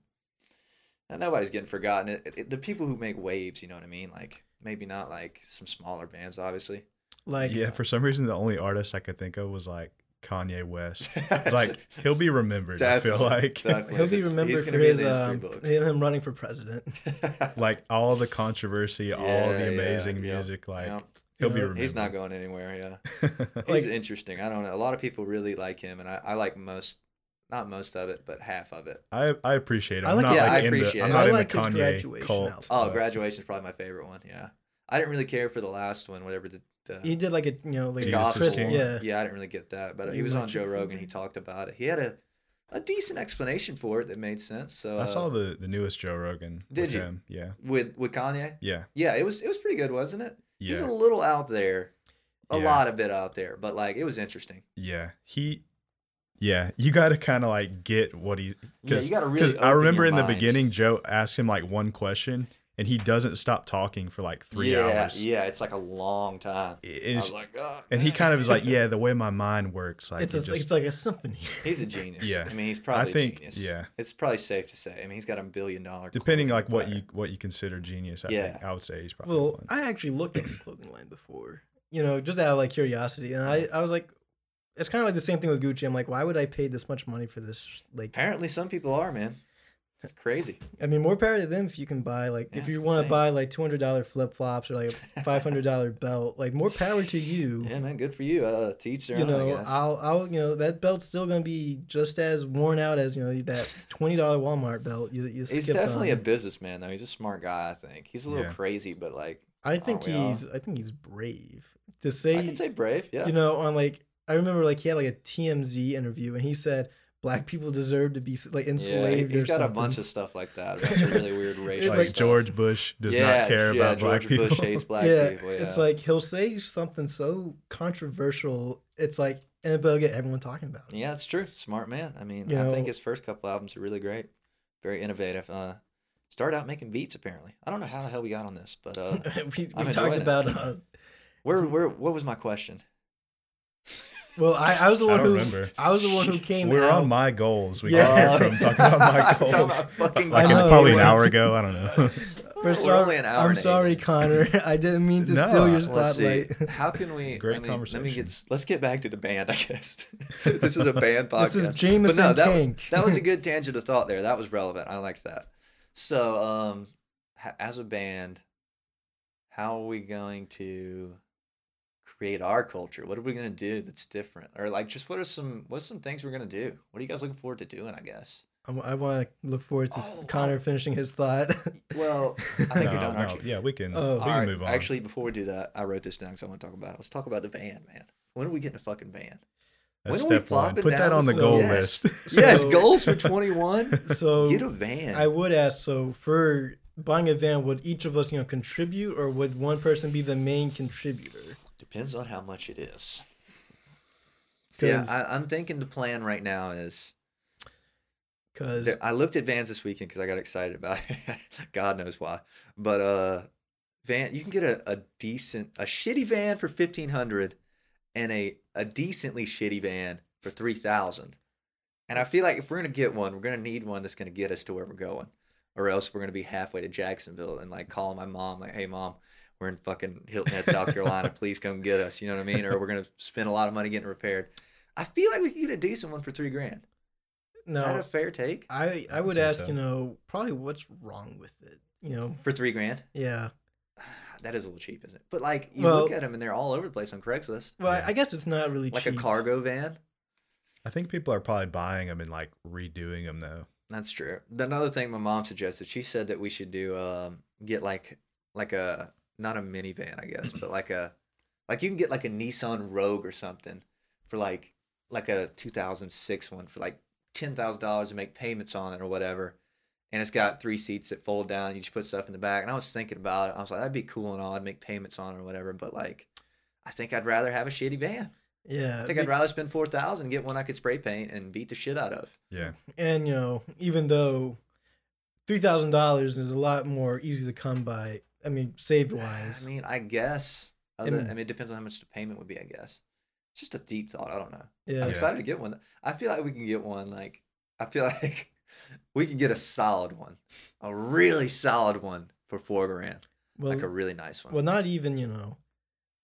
And nobody's getting forgotten. It, it- it- the people who make waves, you know what I mean? Like maybe not like some smaller bands, obviously. Like, yeah, for some reason the only artist I could think of was like Kanye West. It's like he'll be remembered, I feel like. definitely. he'll be It's- remembered he's gonna for be in his, the history um, books. him running for president. like all the controversy, all Yeah, yeah, the amazing yeah. music, like Yeah. he'll You be know, remembered. He's not going anywhere. Yeah. Like- He's interesting. I don't know. A lot of people really like him, and I, I like most, not most of it, but half of it. I I appreciate it. I I'm like- not Yeah, I like in appreciate the, it. I'm I not like his in the Kanye graduation album. cult. Oh, but- graduation is probably my favorite one. Yeah, I didn't really care for the last one, whatever the. the He did like a, you know, like the Jesus a is gospel Chris, King. one. yeah. yeah, I didn't really get that, but he You was like on Joe Chick-fil-A? Rogan. He talked about it. He had a, a decent explanation for it that made sense. So I saw uh, the the newest Joe Rogan. Did with you? Him. Yeah, with with Kanye. yeah, Yeah, it was it was pretty good, wasn't it? He's yeah, a little out there, a Yeah. lot of bit out there, but like it was interesting. yeah. He, yeah. You got to kind of like get what he Yeah, because you got to because really. I open remember your in the mind. beginning Joe asked him like one question and he doesn't stop talking for like three yeah, hours. Yeah, it's like a long time. I And, was like, "Oh, and he man." kind of is like, yeah, the way my mind works, like It's, it a, just- it's like a symphony. He's a genius. Yeah. I mean, he's probably I think a genius. yeah. It's probably safe to say. I mean, he's got a billion dollar. Depending clothing like what empire. you what you consider genius, I think Yeah. I would say he's probably well, one. I actually looked at his clothing line before, you know, just out of like curiosity. And I, I was like, it's kind of like the same thing with Gucci. I'm like, why would I pay this much money for this? Like, Apparently, some people are man. It's crazy. I mean, more power to them if you can buy like Yeah, if it's you the want same. to buy like two hundred dollar flip flops or like a five hundred dollar belt. Like, more power to you. Yeah, man. Good for you. Uh, teach their you own. I know, guess. I'll, I'll, you know, that belt's still gonna be just as worn out as you know that twenty dollar Walmart belt you you he's skipped definitely on. a businessman though. He's a smart guy. I think he's a little Yeah. crazy, but like I think oh, we all? he's, I think he's brave to say, I can say brave. Yeah. you know, on like I remember like he had like a TMZ interview and he said black people deserve to be like Yeah, he- enslaved. he's or got a something. bunch of stuff like that. about some really weird racial like stuff. George Bush does Yeah, not care yeah, about black George people. Bush hates black yeah, people. it's yeah. like he'll say something so controversial. It's like and it'll get everyone talking about it. Yeah, it's true. Smart man. I mean, You I think know- his first couple albums are really great, very innovative. Uh, started out making beats apparently. I don't know how the hell we got on this, but uh, we I'm we enjoying talked it. about uh, where where what was my question? well, I, I was the I one don't who remember. I was the one who came. We're out. on my goals. We Yeah. got here from talking about my Talking goals. about fucking like I know, probably it an hour was. ago. I don't know. We're We're sorry- only an hour. I'm and eight sorry, minutes. Connor. I didn't mean to No, steal your Let's see. spotlight. How can we? Great I mean, Let me conversation. get. s- Let's get back to the band. I guess this is a band podcast. This is But Jameson no, that, Tank. that was a good tangent of thought there. That was relevant. I liked that. So, um, h- as a band, how are we going to create our culture? What are we going to do that's different? Or like, just what are some what's some things we're going to do? What are you guys looking forward to doing? I guess. I'm- I want to look forward to Oh, Connor finishing his thought. Well, I think no, you're done, aren't no, you? Yeah, we can. Oh. we All can right. move on. Actually, before we do that, I wrote this down because I want to talk about it. Let's talk about the van, man. When are we getting a fucking van? when are that's we step one. plopping Put that down on the some- goal Yes. list. yes, So- goals for 21. so Get a van. I would ask. So for buying a van, would each of us, you know, contribute, or would one person be the main contributor? Depends on how much it is. Yeah, I, I'm thinking the plan right now is. because There- I looked at vans this weekend because I got excited about it. God knows why, but uh, van you can get a, a decent a shitty van for fifteen hundred, and a a decently shitty van for three thousand. And I feel like if we're gonna get one, we're gonna need one that's gonna get us to where we're going, or else we're gonna be halfway to Jacksonville and like calling my mom like, "Hey mom, we're in fucking Hilton Head, South Carolina. Please come get us." You know what I mean? Or we're gonna spend a lot of money getting repaired. I feel like we could get a decent one for three grand. Is that no, a fair take? I I I'd would say ask, so. you know, probably what's wrong with it. You know, for three grand. yeah. That is a little cheap, isn't it? But like you look Well- at them and they're all over the place on Craigslist, Well, I- Yeah. I guess it's not really like cheap. a cargo van. I think people are probably buying them and like redoing them though. That's true. Another thing my mom suggested, she said that we should do um get like like a not a minivan, I guess, but like a like you can get like a Nissan Rogue or something for like like a 2006 one for like ten thousand dollars and make payments on it or whatever. And it's got three seats that fold down. You just put stuff in the back. And I was thinking about it. I was like, that'd be cool and all. I'd make payments on it or whatever. But like, I think I'd rather have a shitty van. Yeah, I think be- I'd rather spend four thousand get one I could spray paint and beat the shit out of. Yeah. and you know, even though three thousand dollars is a lot more easy to come by. I mean, saved wise. I mean, I guess. Other, I And- mean, it depends on how much the payment would be. I guess. It's just a deep thought. I don't know. yeah. I'm excited to get one. I feel like we can get one. Like I feel like we could get a solid one, a really solid one for four grand, Well, like a really nice one. well, not even you know,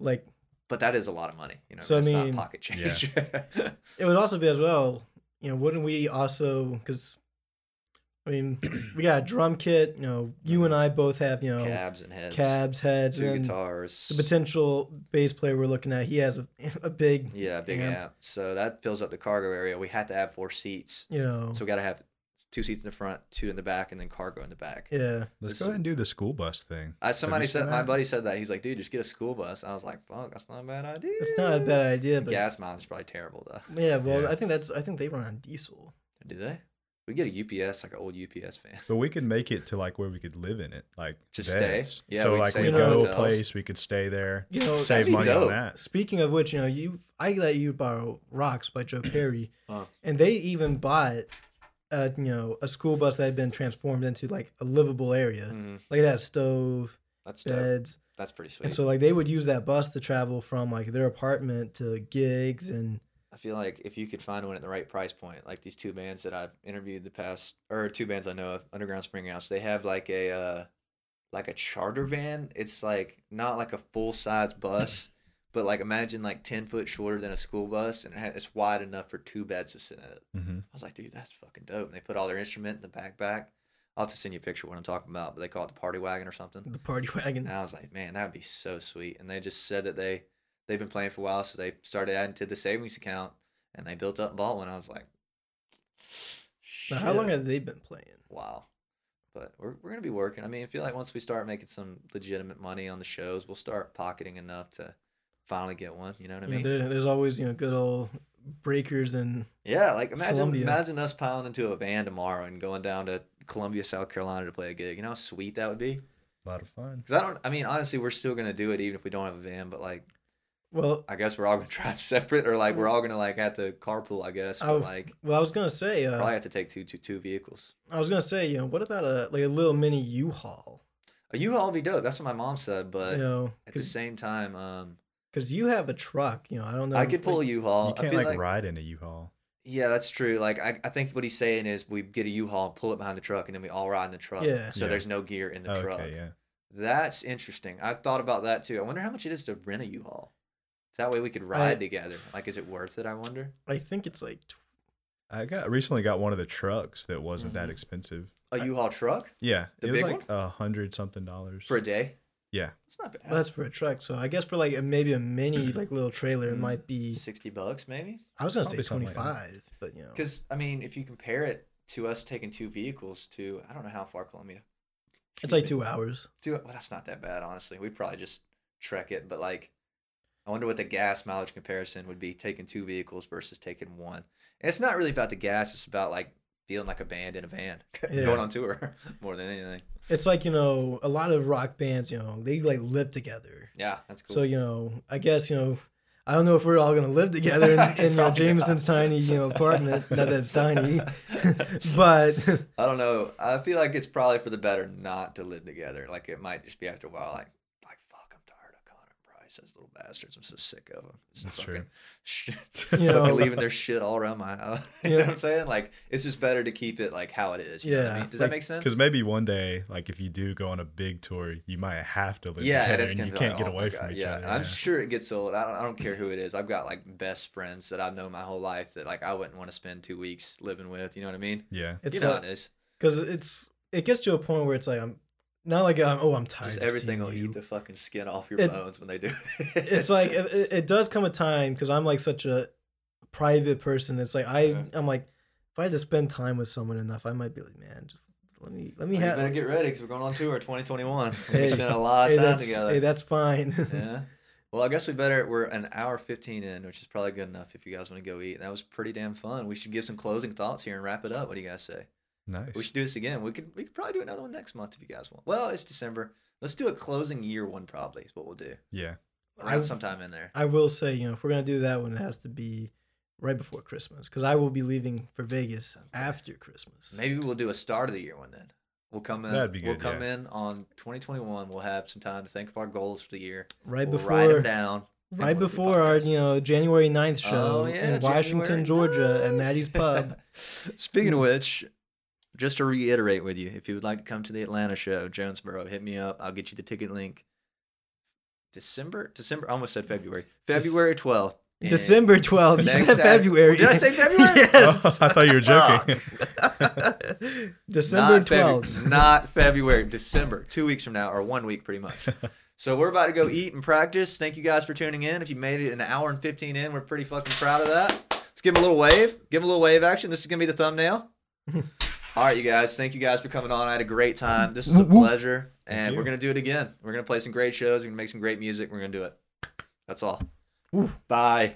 like but that is a lot of money. You know, So, I it's mean- not pocket Yeah. change. it would also be as well. You know, wouldn't we also because. I mean, we got a drum kit. You know, you and I both have you know Cabs and heads. cabs, heads, Two and then guitars. the potential bass player we're looking at. He has a, a big, yeah, big amp. amp. So that fills up the cargo area. We had to have four seats. you know, So we got to have two seats in the front, two in the back, and then cargo in the back. yeah. Let's This go is- ahead and do the school bus thing. Uh, somebody seen said my that? buddy said that he's like, dude, just get a school bus. I was like, fuck, that's not a bad idea. It's not a bad idea, but Gas mileage is probably terrible though. yeah. Well, Yeah. I think that's. I think they run on diesel. Do they? We get a UPS like an old UPS van. But we could make it to like where we could live in it, like Just stay? beds. Yeah, so we'd like stay we in go to a hotels. Oh, place, we could stay there, You know, That'd save be money dope. on that. Speaking of which, you know, you I let you borrow "Rocks" by Joe Perry, Oh. and they even bought, uh, you know, a school bus that had been transformed into like a livable area. Mhm. Like it had a stove, That's dope. beds, That's pretty sweet. and so like they would use that bus to travel from like their apartment to gigs and I feel like if you could find one at the right price point, like these two bands that I've interviewed the past, or two bands I know of, Underground Springhouse, they have like a uh, like a charter van. It's like not like a full size bus, but like imagine like ten foot shorter than a school bus, and it ha- it's wide enough for two beds to sit in it. hmm I was like, dude, that's fucking dope. And they put all their instrument in the backpack. I'll have to send you a picture of what I'm talking about, but they call it the party wagon or something. the party wagon. And I was like, man, that'd be so sweet. And they just said that they they've been playing for a while, so they started adding to the savings account and they built up and bought one. I was like, Now, how long shit, have they been playing? wow. But we're we're gonna be working. I mean, I feel like once we start making some legitimate money on the shows, we'll start pocketing enough to finally get one. You know what I You know, mean? there- there's always you know good old breakers and Yeah, like imagine Columbia. imagine us piling into a van tomorrow and going down to Columbia, South Carolina to play a gig. You know how sweet that would be? A lot of fun. Because I don't. I mean, honestly, we're still gonna do it even if we don't have a van. But like, well, I guess we're all gonna drive separate, or like we're all gonna like have to carpool. I guess. Oh. But, like, well, I was gonna say, probably uh, have to take two two two vehicles. I was gonna say, you know, what about a like a little mini U-Haul? A U-Haul would be dope. That's what my mom said. But you know, at the same time, um, because you have a truck. You know, I don't know. I could pull a U-Haul. you Uh, I can't feel like, like, ride in a U-Haul. yeah, that's true. Like I, I think what he's saying is we get a U-Haul and pull it behind the truck, and then we all ride in the truck. Yeah. So Yeah. there's no gear in the Oh, truck. okay, yeah. That's interesting. I thought about that too. I wonder how much it is to rent a U-Haul. That way we could ride together. Like, is it worth it? I wonder. I think it's like tw- I got recently got one of the trucks that wasn't that expensive. A I- U-Haul truck Yeah, Mm-hmm. The it was big like a hundred something dollars. for a day. yeah, It's not bad. that's for a truck. So I guess for like a, maybe a mini like little trailer, it Mm. might be. sixty bucks maybe. I was gonna Probably say something like that. 25, but you know, Because I mean, if you compare it to us taking two vehicles to, I don't know how far Columbia. it's like two hours. Two. Well, that's not that bad, honestly. We'd probably just trek it. But like, I wonder what the gas mileage comparison would be taking two vehicles versus taking one. And it's not really about the gas. It's about like feeling like a band in a van Yeah. going on tour more than anything. It's like you know, a lot of rock bands, you know, they like live together. Yeah, that's cool. So you know, I guess you know, I don't know if we're all gonna live together in, in you know, Probably not. Jameson's tiny you know apartment. Not that it's tiny, but I don't know. I feel like it's probably for the better not to live together. Like it might just be after a while, like like fuck, I'm tired of Connor and Bryce. Those little bastards. I'm so sick of them. It's That's fucking, true. shit, You know- fucking leaving their shit all around my house. you know Yeah. what I'm saying? Like it's just better to keep it like how it is. You know what I Yeah, mean? Does that like- make sense? because maybe one day, like if you do go on a big tour, you might have to live Yeah, together that's and gonna you be can't like, get oh my away God, from each yeah. other. I'm yeah. sure it gets old. I don't, I don't care who it is. I've got like best friends that I've known my whole life that like I wouldn't want to spend two weeks living with. You know what I mean? Yeah, it's you know like, how it is. because it's it gets to a point where it's like I'm not like I'm, oh I'm tired. Just of everything seeing will you. eat the fucking skin off your It- bones when they do. It's like it, it- it does come a time because I'm like such a private person. It's like I Yeah. I'm like if I had to spend time with someone enough, I might be like man, just let me let me Well, Oh, you better have. get ready because we're going on tour 2021. Hey, we spent a lot Hey, of time that's, together. hey, that's fine. yeah. Well, I guess we better. We're an hour 15 in, which is probably good enough if you guys want to go eat. That was pretty damn fun. We should give some closing thoughts here and wrap it up. What do you guys say? nice. We should do this again. We could we could probably do another one next month if you guys want. Well, it's December. Let's do a closing year one probably is what we'll do. yeah, Around I- sometime in there. I will say, you know, if we're gonna do that one, it has to be right before Christmas because I will be leaving for Vegas after Christmas. Maybe we'll do a start of the year one then. We'll come in. That'd be We'll good, come in on 2021. We'll have some time to think of our goals for the year. Right we'll write them before, down. and right we'll do before our podcasts. you know January 9th show Oh, yeah, in January Washington, Georgia, at ninth. Maddie's Pub. Mm. Speaking of which, just to reiterate with you, if you would like to come to the Atlanta show, Jonesboro, hit me up. I'll get you the ticket link. December, December. I almost said February. February twelfth. in- December 12th. You Next said Sat- February. Did I say February? yes. Oh, I thought you were joking. December not February- 12th. not February. December. Two weeks from now, or one week, pretty much. So we're about to go eat and practice. Thank you guys for tuning in. If you made it an hour and fifteen in, we're pretty fucking proud of that. Let's give them a little wave. Give them a little wave action. This is gonna be the thumbnail. All right, you guys. Thank you guys for coming on. I had a great time. This was a pleasure, and you. we're gonna do it again. We're gonna play some great shows. We're gonna make some great music. We're gonna do it. That's all. Woo. Bye.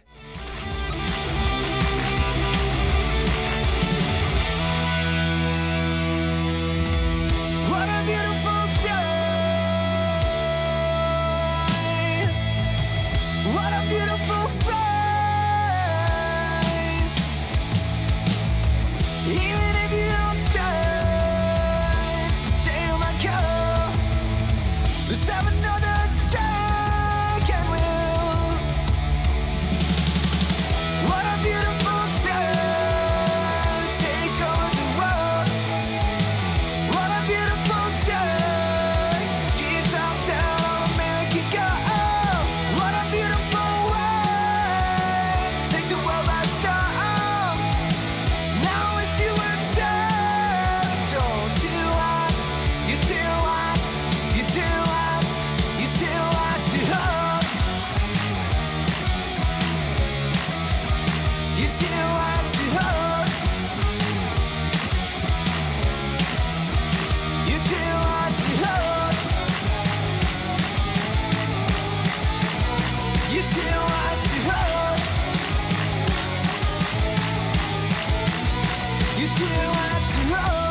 What a beautiful day! What a beautiful face! Even if you don't stand, take my call. Let's have another drink and we'll. What a beautiful day! Take over the world. What a beautiful day! She's out down America go. What a beautiful way! Take the world by storm. Now it's you and two, one, two, oh.